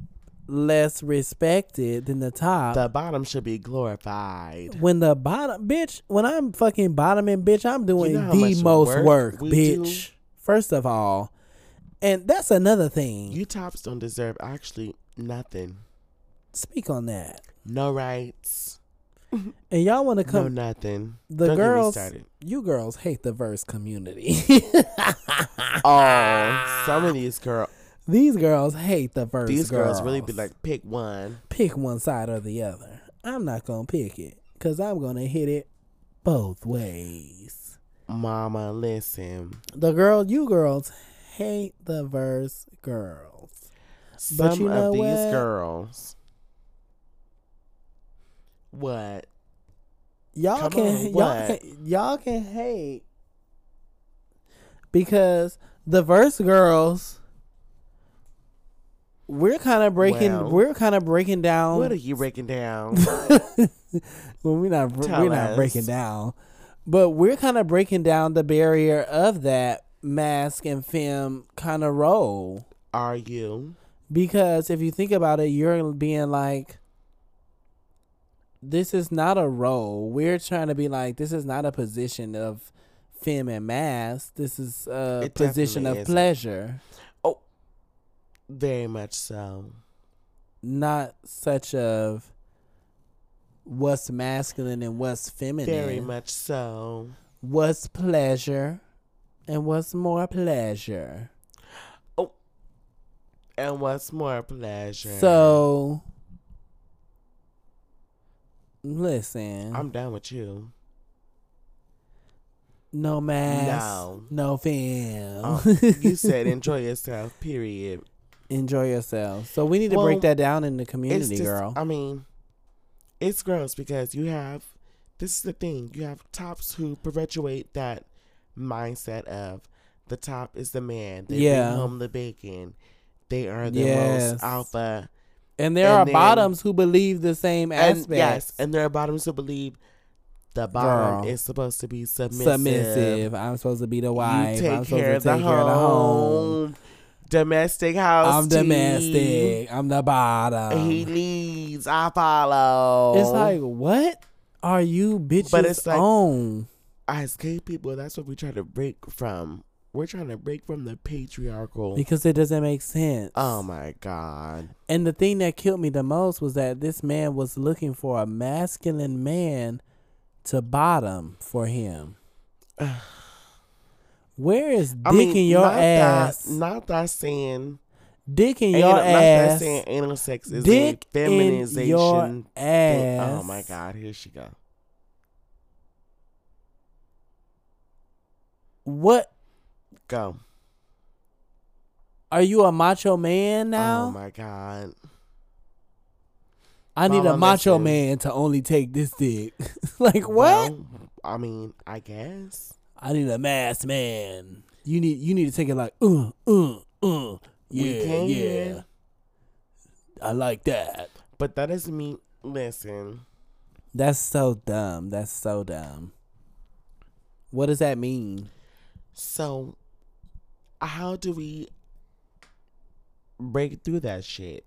S1: less respected than the top
S3: The bottom should be glorified.
S1: when the bottom bitch when i'm fucking bottoming bitch i'm doing
S3: You know how
S1: the
S3: much
S1: most
S3: work
S1: work,
S3: we
S1: bitch first of all and that's another thing
S3: You tops don't deserve actually nothing.
S1: speak on that
S3: No rights.
S1: and y'all want to
S3: No
S1: come
S3: nothing.
S1: the
S3: don't
S1: girls
S3: Get me started.
S1: you girls hate the verse community
S3: Oh, some of these girl,
S1: these girls hate the verse
S3: these girls. really be
S1: girls.
S3: like, pick one.
S1: pick one side or the other. I'm not gonna pick it because I'm gonna hit it both ways.
S3: Mama, listen.
S1: The girl, you girls hate the verse girls.
S3: Some
S1: you know
S3: of these
S1: what?
S3: girls What?
S1: Y'all
S3: Come
S1: can
S3: on,
S1: y'all
S3: what?
S1: can y'all can hate because the verse girls we're kind of breaking
S3: Well,
S1: we're kind of breaking down
S3: What are you breaking down?
S1: well, we're not
S3: Tell
S1: we're not breaking
S3: us.
S1: down, but we're kind of breaking down the barrier of that mask and femme kind of role
S3: are you?
S1: because if you think about it, you're being like, this is not a role. We're trying to be like, this is not a position of femme and mask. This is a
S3: It
S1: position
S3: definitely
S1: of
S3: isn't.
S1: pleasure,
S3: Very much so.
S1: not such of what's masculine and what's feminine.
S3: Very much so.
S1: what's pleasure and what's more pleasure.
S3: And what's more pleasure?
S1: So listen,
S3: I'm done with you.
S1: no mask,
S3: No.
S1: no fam.
S3: Uh, you said enjoy yourself. Period.
S1: enjoy yourself. So we need to
S3: Well,
S1: break that down in the
S3: It's
S1: community,
S3: just- um,
S1: girl.
S3: I mean, it's gross because you have this is the thing. You have tops who perpetuate that mindset of the top is the man. They
S1: Yeah.
S3: bring home the bacon. They are the
S1: Yes.
S3: most alpha.
S1: and there
S3: and
S1: are
S3: then-
S1: bottoms who believe the same
S3: And
S1: aspect.
S3: yes, and there are bottoms who believe the bottom
S1: Girl.
S3: is supposed to be submissive.
S1: submissive. I'm supposed to be the wife.
S3: You take
S1: I'm supposed
S3: care,
S1: to
S3: of, the
S1: take care of the home.
S3: home. Domestic house.
S1: I'm
S3: tea.
S1: domestic. I'm the bottom.
S3: He leads. I follow.
S1: Um, it's like what are you bitches
S3: it's like-
S1: on?
S3: as gay people, that's what we try to break from. We're trying to break from the patriarchal.
S1: Because it doesn't make sense.
S3: oh my god!
S1: And the thing that killed me the most was that this man was looking for a masculine man to bottom for him. Where is dick in your
S3: not
S1: ass?
S3: That, not that saying
S1: dick in
S3: anal,
S1: your
S3: not that
S1: ass.
S3: saying anal sex is
S1: Dick
S3: a
S1: in
S3: feminization.
S1: your
S3: thing.
S1: ass.
S3: Oh my god! Here she go.
S1: What
S3: Go.
S1: are you a macho man
S3: Oh
S1: now?
S3: my god!
S1: I need a
S3: Mama,
S1: macho
S3: listen.
S1: man to only take this dick. like what?
S3: Well, I mean, I guess.
S1: I need a mass man. You need you need to take it like uh uh uh.
S3: We
S1: Yeah,
S3: can.
S1: yeah. I like that.
S3: But that doesn't mean. Listen,
S1: That's so dumb. That's so dumb. What does that mean?
S3: So, how do we break through that shit?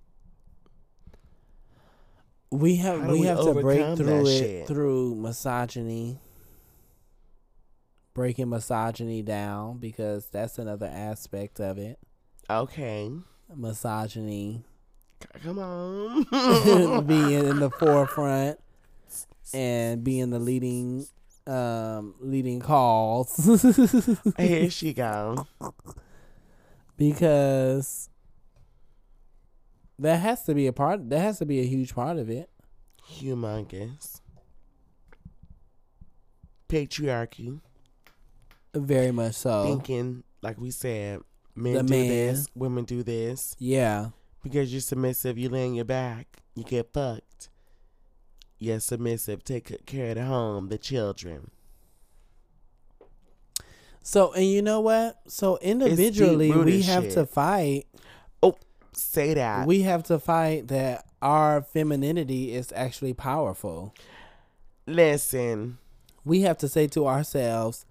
S1: We have
S3: How do
S1: we,
S3: we
S1: have to break
S3: overcome
S1: through
S3: that
S1: it
S3: shit?
S1: through misogyny. Breaking misogyny down because that's another aspect of it.
S3: Okay,
S1: Misogyny
S3: C- come on.
S1: being in the forefront and being the leading um leading cause
S3: Here she go.
S1: because that has to be a part that has to be a huge part of it.
S3: Humongous. Patriarchy.
S1: Very much so.
S3: Thinking, like we said, men
S1: Oh. The
S3: do
S1: man.
S3: this, women do this.
S1: Yeah.
S3: Because you're submissive, you lay on your back, you get fucked. You're submissive, take good care of the home, the children.
S1: So and you know what? So individually we
S3: deep-rooted
S1: have to
S3: shit.
S1: fight
S3: Oh, say that.
S1: we have to fight that our femininity is actually powerful.
S3: Listen.
S1: We have to say to ourselves,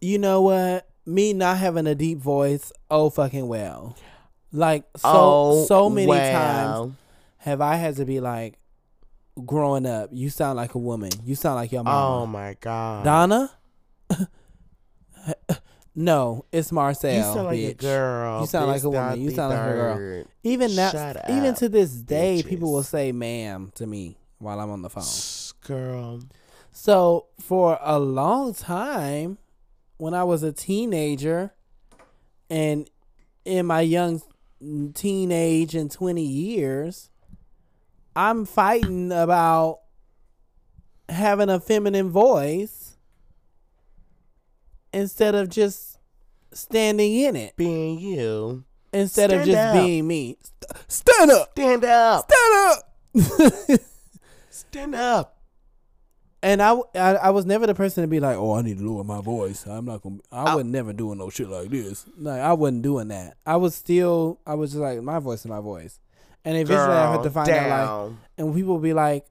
S1: you know what? Me not having a deep voice, oh fucking well. Like so
S3: oh,
S1: so many times
S3: well.
S1: have I had to be like, growing up, you sound like a woman. You sound like your
S3: Oh
S1: mom.
S3: my god.
S1: Donna? no, it's Marcel.
S3: you sound like a
S1: bitch.
S3: girl.
S1: You sound like
S3: bitch,
S1: a woman.
S3: not
S1: You
S3: the
S1: sound like a girl.
S3: third.
S1: Even now,
S3: Shut
S1: even
S3: up,
S1: to this day, people
S3: bitches.
S1: will say "ma'am" to me while I'm on the phone.
S3: Girl.
S1: So for a long time, when I was a teenager, and in my young teenage and twenty years, I'm fighting about having a feminine voice instead of just standing in it.
S3: Being you.
S1: Instead of
S3: Stand
S1: just
S3: up.
S1: being me. St- stand up.
S3: Stand up.
S1: Stand up.
S3: Stand up.
S1: And I, I, I was never the person to be like, oh, I need to lower my voice. I'm not gonna. I,
S3: I-
S1: was never doing no shit like this. Like I wasn't doing that. I was still. I was just like my voice is my voice. And eventually, I had
S3: Girl,
S1: to find out like,
S3: down.
S1: and people would be like,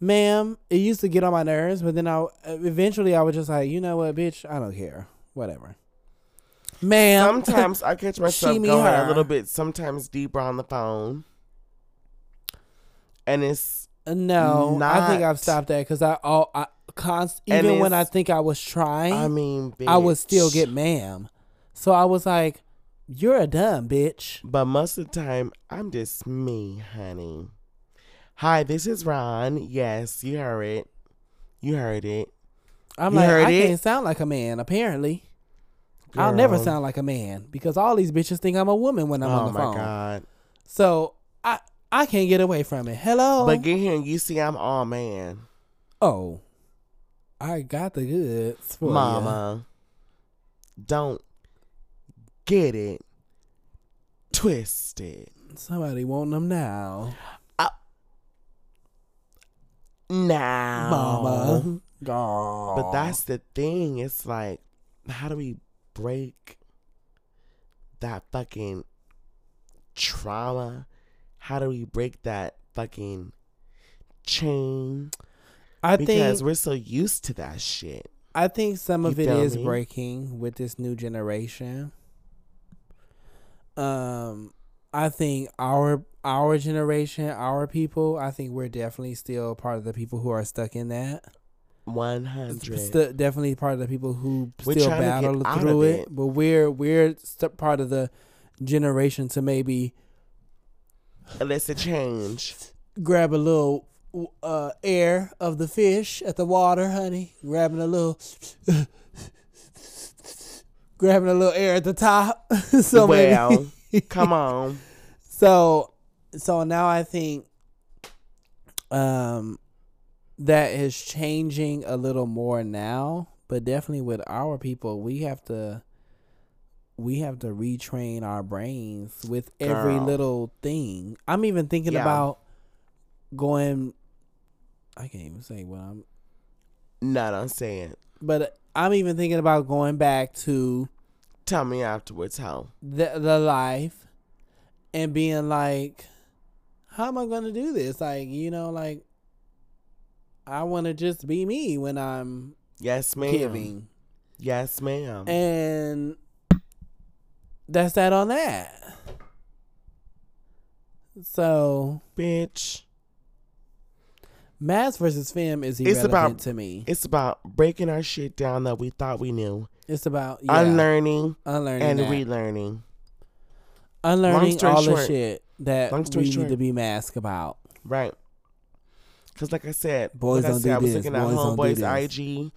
S1: "Ma'am," it used to get on my nerves. But then I, eventually, I was just like, you know what, bitch, I don't care. Whatever. Ma'am,
S3: Sometimes I catch myself
S1: Um, She me
S3: going a
S1: her.
S3: little bit, sometimes deeper on the phone. And it's
S1: no, I think
S3: not-
S1: I've stopped that because I, all, I const,
S3: And
S1: even when I
S3: it's-
S1: think I was trying,
S3: I mean, bitch.
S1: I would still get ma'am. So I was like, You're a dumb bitch.
S3: But most of the time, I'm just me, honey. Hi, this is Ron. Yes, you heard it. You heard it.
S1: I'm
S3: You
S1: like,
S3: heard
S1: I
S3: it?
S1: can't sound like a man, apparently. I'll never
S3: Girl.
S1: sound like a man because all these bitches think I'm a woman when I'm
S3: oh
S1: on the
S3: my
S1: phone.
S3: god!
S1: So I I can't get away from it. Hello.
S3: But get here and you see I'm all man,
S1: oh. I got the goods for ya.
S3: mama. Don't get it twisted.
S1: Somebody want them now.
S3: Now,
S1: Mama. Girl.
S3: Oh, But that's the thing. It's like, how do we break that fucking trauma? How do we break that fucking chain?
S1: I
S3: Because
S1: think
S3: we're so used to that shit.
S1: I think some
S3: You
S1: of it
S3: feel
S1: is
S3: me?
S1: breaking with this new generation. Um, I think our our generation, our people, I think we're definitely still part of the people who are stuck in that.
S3: One hundred.
S1: St- definitely part of the people who
S3: We're
S1: still
S3: trying to get
S1: battle
S3: out of
S1: through it.
S3: it.
S1: But we're we're st- part of the generation to maybe
S3: Unless it change.
S1: grab a little uh, air of the fish at the water, honey. Grabbing a little, grabbing a little air at the top. so maybe-
S3: well, come on.
S1: so so now I think um that is changing a little more now, but definitely with our people, we have to we have to retrain our brains with every
S3: Girl.
S1: little thing. I'm even thinking
S3: Yeah.
S1: about going I can't even say what I'm
S3: No, don't say it.
S1: but I'm even thinking about going back to
S3: Tell me afterwards how.
S1: the the life and being like how am i going to do this like you know like i want to just be me when i'm
S3: Yes, ma'am.
S1: giving
S3: Yes, ma'am.
S1: and that's that on that so
S3: Bitch.
S1: mass versus femme is irrelevant
S3: about-
S1: to me
S3: It's about breaking our shit down that we thought we knew.
S1: it's about yeah,
S3: Unlearning
S1: unlearning
S3: and
S1: that.
S3: relearning. long
S1: unlearning
S3: story
S1: all the
S3: short-
S1: shit that
S3: long story
S1: we
S3: short-
S1: need to be masked about
S3: Right. Cause like I said,
S1: Boys
S3: like I,
S1: don't
S3: said,
S1: do
S3: I was
S1: this.
S3: looking at
S1: Boys don't do
S3: homeboy's
S1: this.
S3: IG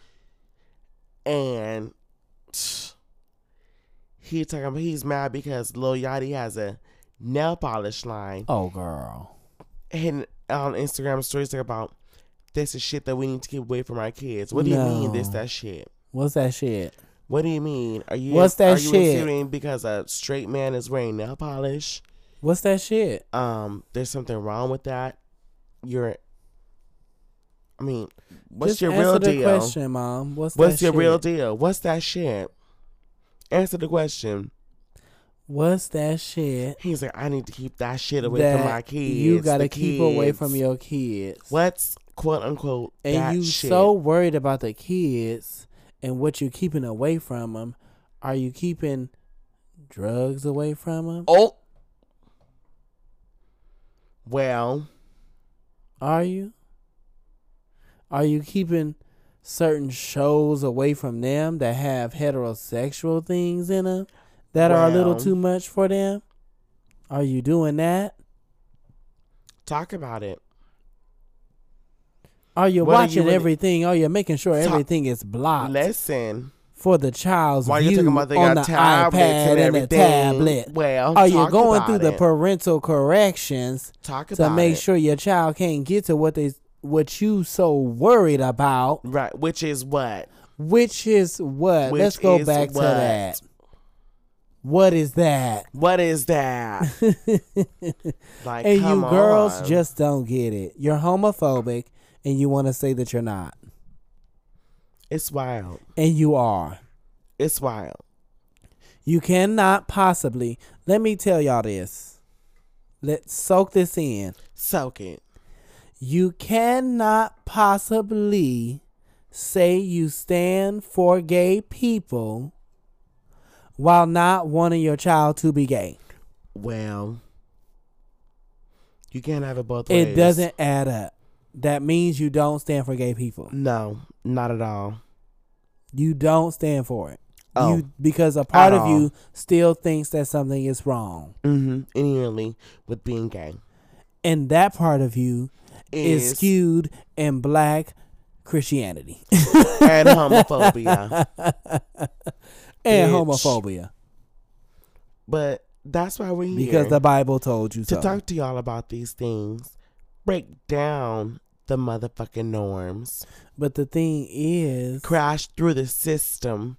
S3: and he talking about he's mad because Lil Yachty has a nail polish line
S1: oh girl
S3: and on Instagram stories talking about this is shit that we need to keep away from our kids. What do you mean this
S1: No.
S3: that shit?
S1: what's that shit
S3: What do you mean? Are you
S1: What's that
S3: are you
S1: shit?
S3: insinuating because a straight man is wearing nail polish?
S1: what's that shit
S3: um there's something wrong with that you're i mean what's
S1: Just
S3: your
S1: answer
S3: real
S1: the
S3: deal
S1: Question, mom. What's,
S3: what's
S1: that
S3: your
S1: shit?
S3: real deal what's that shit answer the question
S1: What's that shit?
S3: he's like i need to keep that shit away
S1: that
S3: from my kids
S1: You gotta
S3: the
S1: keep away from
S3: kids."
S1: your kids.
S3: what's quote unquote
S1: And
S3: that
S1: you
S3: shit?
S1: so worried about the kids and what you keeping away from them. Are you keeping drugs away from them?
S3: oh well
S1: Are you? Are you keeping certain shows away from them that have heterosexual things in them that are a little
S3: Well.
S1: too much for them? Are you doing that?
S3: talk about it
S1: Are you
S3: What are
S1: Oh,
S3: you
S1: watching
S3: really-
S1: everything? Are you making sure
S3: Stop.
S1: everything is blocked
S3: listen
S1: for the child's
S3: why
S1: view
S3: you talking about they
S1: on
S3: got
S1: the
S3: tablets
S1: iPad
S3: and
S1: and, the
S3: everything
S1: tablet?
S3: well
S1: Are you
S3: talk
S1: going
S3: about
S1: through the
S3: it.
S1: parental corrections
S3: talk
S1: to
S3: about
S1: make
S3: it.
S1: sure your child can't get to what they what you so worried about?
S3: right which is what
S1: Which is what?
S3: Which
S1: Let's go
S3: is
S1: back to
S3: what?
S1: that. What is that?
S3: What is that? Like,
S1: and you
S3: come
S1: girls
S3: on.
S1: just don't get it. You're homophobic and you want to say that you're not.
S3: It's wild.
S1: And you are.
S3: It's wild.
S1: You cannot possibly. Let me tell y'all this. Let's soak this in.
S3: Soak it.
S1: You cannot possibly say you stand for gay people while not wanting your child to be gay.
S3: Well, you can't have it both ways.
S1: It doesn't add up. That means you don't stand for gay people.
S3: No, not at all.
S1: You don't stand for it.
S3: Oh.
S1: You because a part
S3: At
S1: of you still thinks that something is wrong.
S3: Mm-hmm. Annually with being gay.
S1: And that part of you is,
S3: Is-
S1: skewed in black Christianity
S3: And homophobia.
S1: and
S3: Bitch.
S1: homophobia
S3: But that's why we're here.
S1: because the Bible told you
S3: to
S1: so.
S3: talk to y'all about these things, break down the motherfucking norms,
S1: but the thing is,
S3: crash through the system,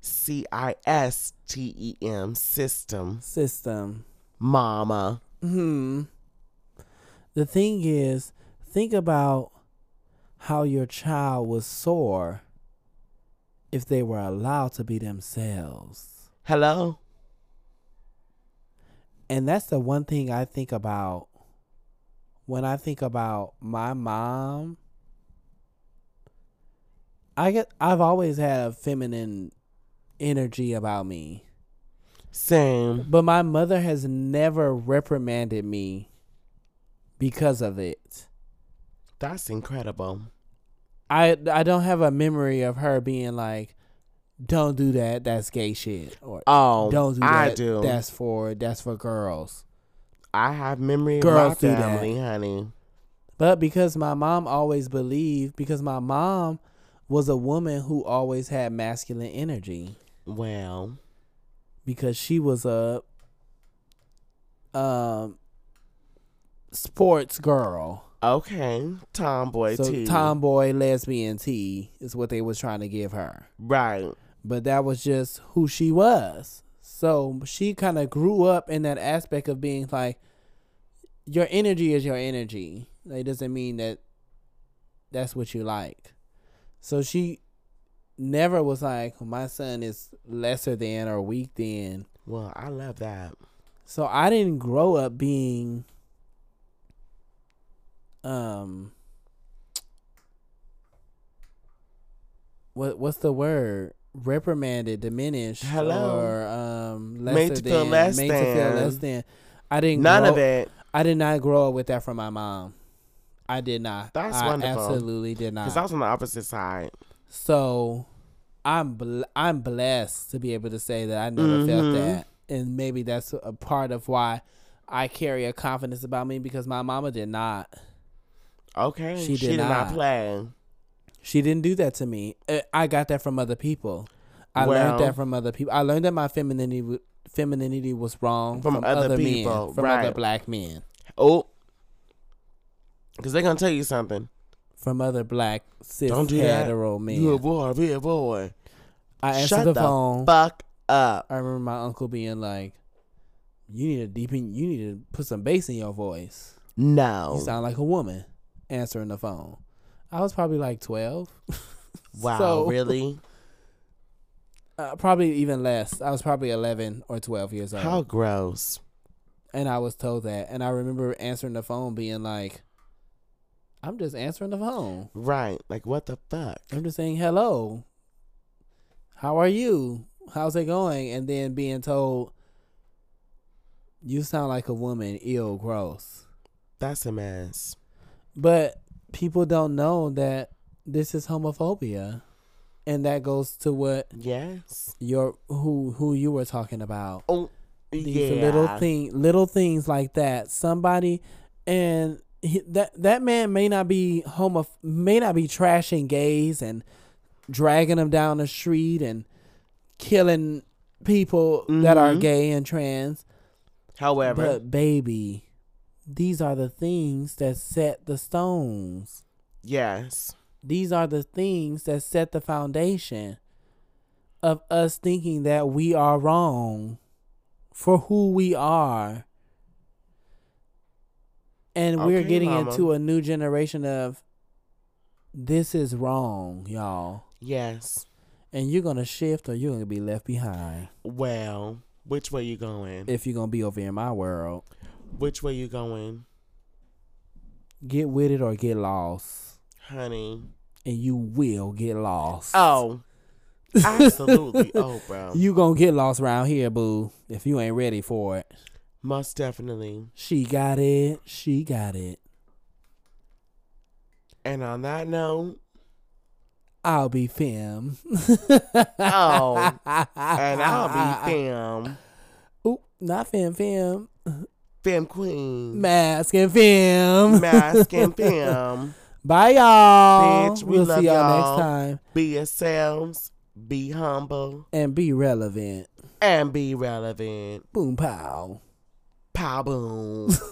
S3: C I S T E M system,
S1: system.
S3: mama.
S1: Hmm. The thing is, think about how your child would soar if they were allowed to be themselves.
S3: Hello,
S1: And that's the one thing I think about when I think about my mom. I get I've always had a feminine energy about me.
S3: same.
S1: But my mother has never reprimanded me because of it.
S3: That's incredible.
S1: I I don't have a memory of her being like, "Don't do that. That's gay shit." Or
S3: Oh,
S1: "Don't do that.
S3: I do.
S1: That's for that's for girls."
S3: I have memory of my
S1: Girls do that.
S3: family, honey.
S1: But because my mom always believed, because my mom was a woman who always had masculine energy,
S3: Well,
S1: because she was a um sports girl.
S3: okay, tomboy
S1: so
S3: too.
S1: tomboy lesbian T is what they was trying to give her.
S3: right?
S1: But that was just who she was. So she kind of grew up in that aspect of being like your energy is your energy. Like, It doesn't mean that that's what you like. So she never was like my son is lesser than or weak than.
S3: Well, I love that.
S1: So I didn't grow up being um what what's the word? Reprimanded, diminished,
S3: Hello.
S1: or um lesser
S3: Made to
S1: than,
S3: feel less
S1: made to feel
S3: than.
S1: less than. I didn't
S3: None
S1: grow,
S3: of it,
S1: I did not grow up with that from my mom. I did not.
S3: That's
S1: I
S3: wonderful.
S1: Absolutely did
S3: because
S1: not.
S3: I was on the opposite side.
S1: So I'm bl- I'm blessed to be able to say that I never felt
S3: Mhm.
S1: that, and maybe that's a part of why I carry a confidence about me because my mama did not.
S3: Okay,
S1: She
S3: she did,
S1: did
S3: not.
S1: not.
S3: play.
S1: She didn't do that to me. Uh, I got that from other people. I
S3: Well-
S1: learned that from other people. I learned that my femininity w- femininity was wrong
S3: From other people,
S1: men, from other
S3: right.
S1: black men,
S3: Oh, because they're gonna tell you something.
S1: from other black cis
S3: Don't do that.
S1: hetero men.
S3: You a boy, be a boy.
S1: I answered
S3: Shut
S1: the,
S3: the,
S1: phone.
S3: fuck up.
S1: I remember my uncle being like, "You need to deepen. You need to put some bass in your voice. You
S3: No.
S1: sound like a woman answering the phone." I was probably like twelve.
S3: Wow,
S1: so-
S3: really?
S1: Uh, probably even less. I was probably eleven or twelve years old,
S3: How gross.
S1: and I was told that. And I remember answering the phone, being like, "I'm just answering the phone.
S3: Right. Like what the fuck?
S1: I'm just saying hello. How are you? How's it going?" And then being told, "You sound like a woman. Ill, gross."
S3: That's a mess.
S1: But people don't know that this is homophobia, and that goes to what
S3: Yes.
S1: your who who you were talking about.
S3: Oh,
S1: These
S3: yeah.
S1: little thing, little things like that. Somebody, and he, that that man may not be homo, may not be trashing gays and dragging them down the street and killing people that are
S3: Mhm.
S1: gay and trans.
S3: However,
S1: But baby, these are the things that set the stones.
S3: yes.
S1: These are the things that set the foundation of us thinking that we are wrong for who we are. And we're
S3: Okay,
S1: getting
S3: mama.
S1: into a new generation of this is wrong, y'all.
S3: Yes.
S1: And you're going to shift or you're going to be left behind
S3: Well, which way you going?
S1: if you're going to be over in my world.
S3: Which way you going,
S1: Get with it or get lost.
S3: honey?
S1: And you will get lost.
S3: Oh, absolutely. oh, bro.
S1: You gonna get lost around here, boo, if you ain't ready for it.
S3: Most definitely.
S1: She got it. She got it.
S3: And on that note,
S1: I'll be femme.
S3: oh,
S1: Ah,
S3: and I'll be fam,
S1: Oop, not femme, femme.
S3: fam queen,
S1: Mask and femme.
S3: mask and fam.
S1: Bye, y'all.
S3: Bitch, we
S1: will
S3: love
S1: see y'all,
S3: y'all.
S1: next time.
S3: Be yourselves, be humble,
S1: And be relevant.
S3: and be relevant.
S1: Boom, pow.
S3: Pow boom.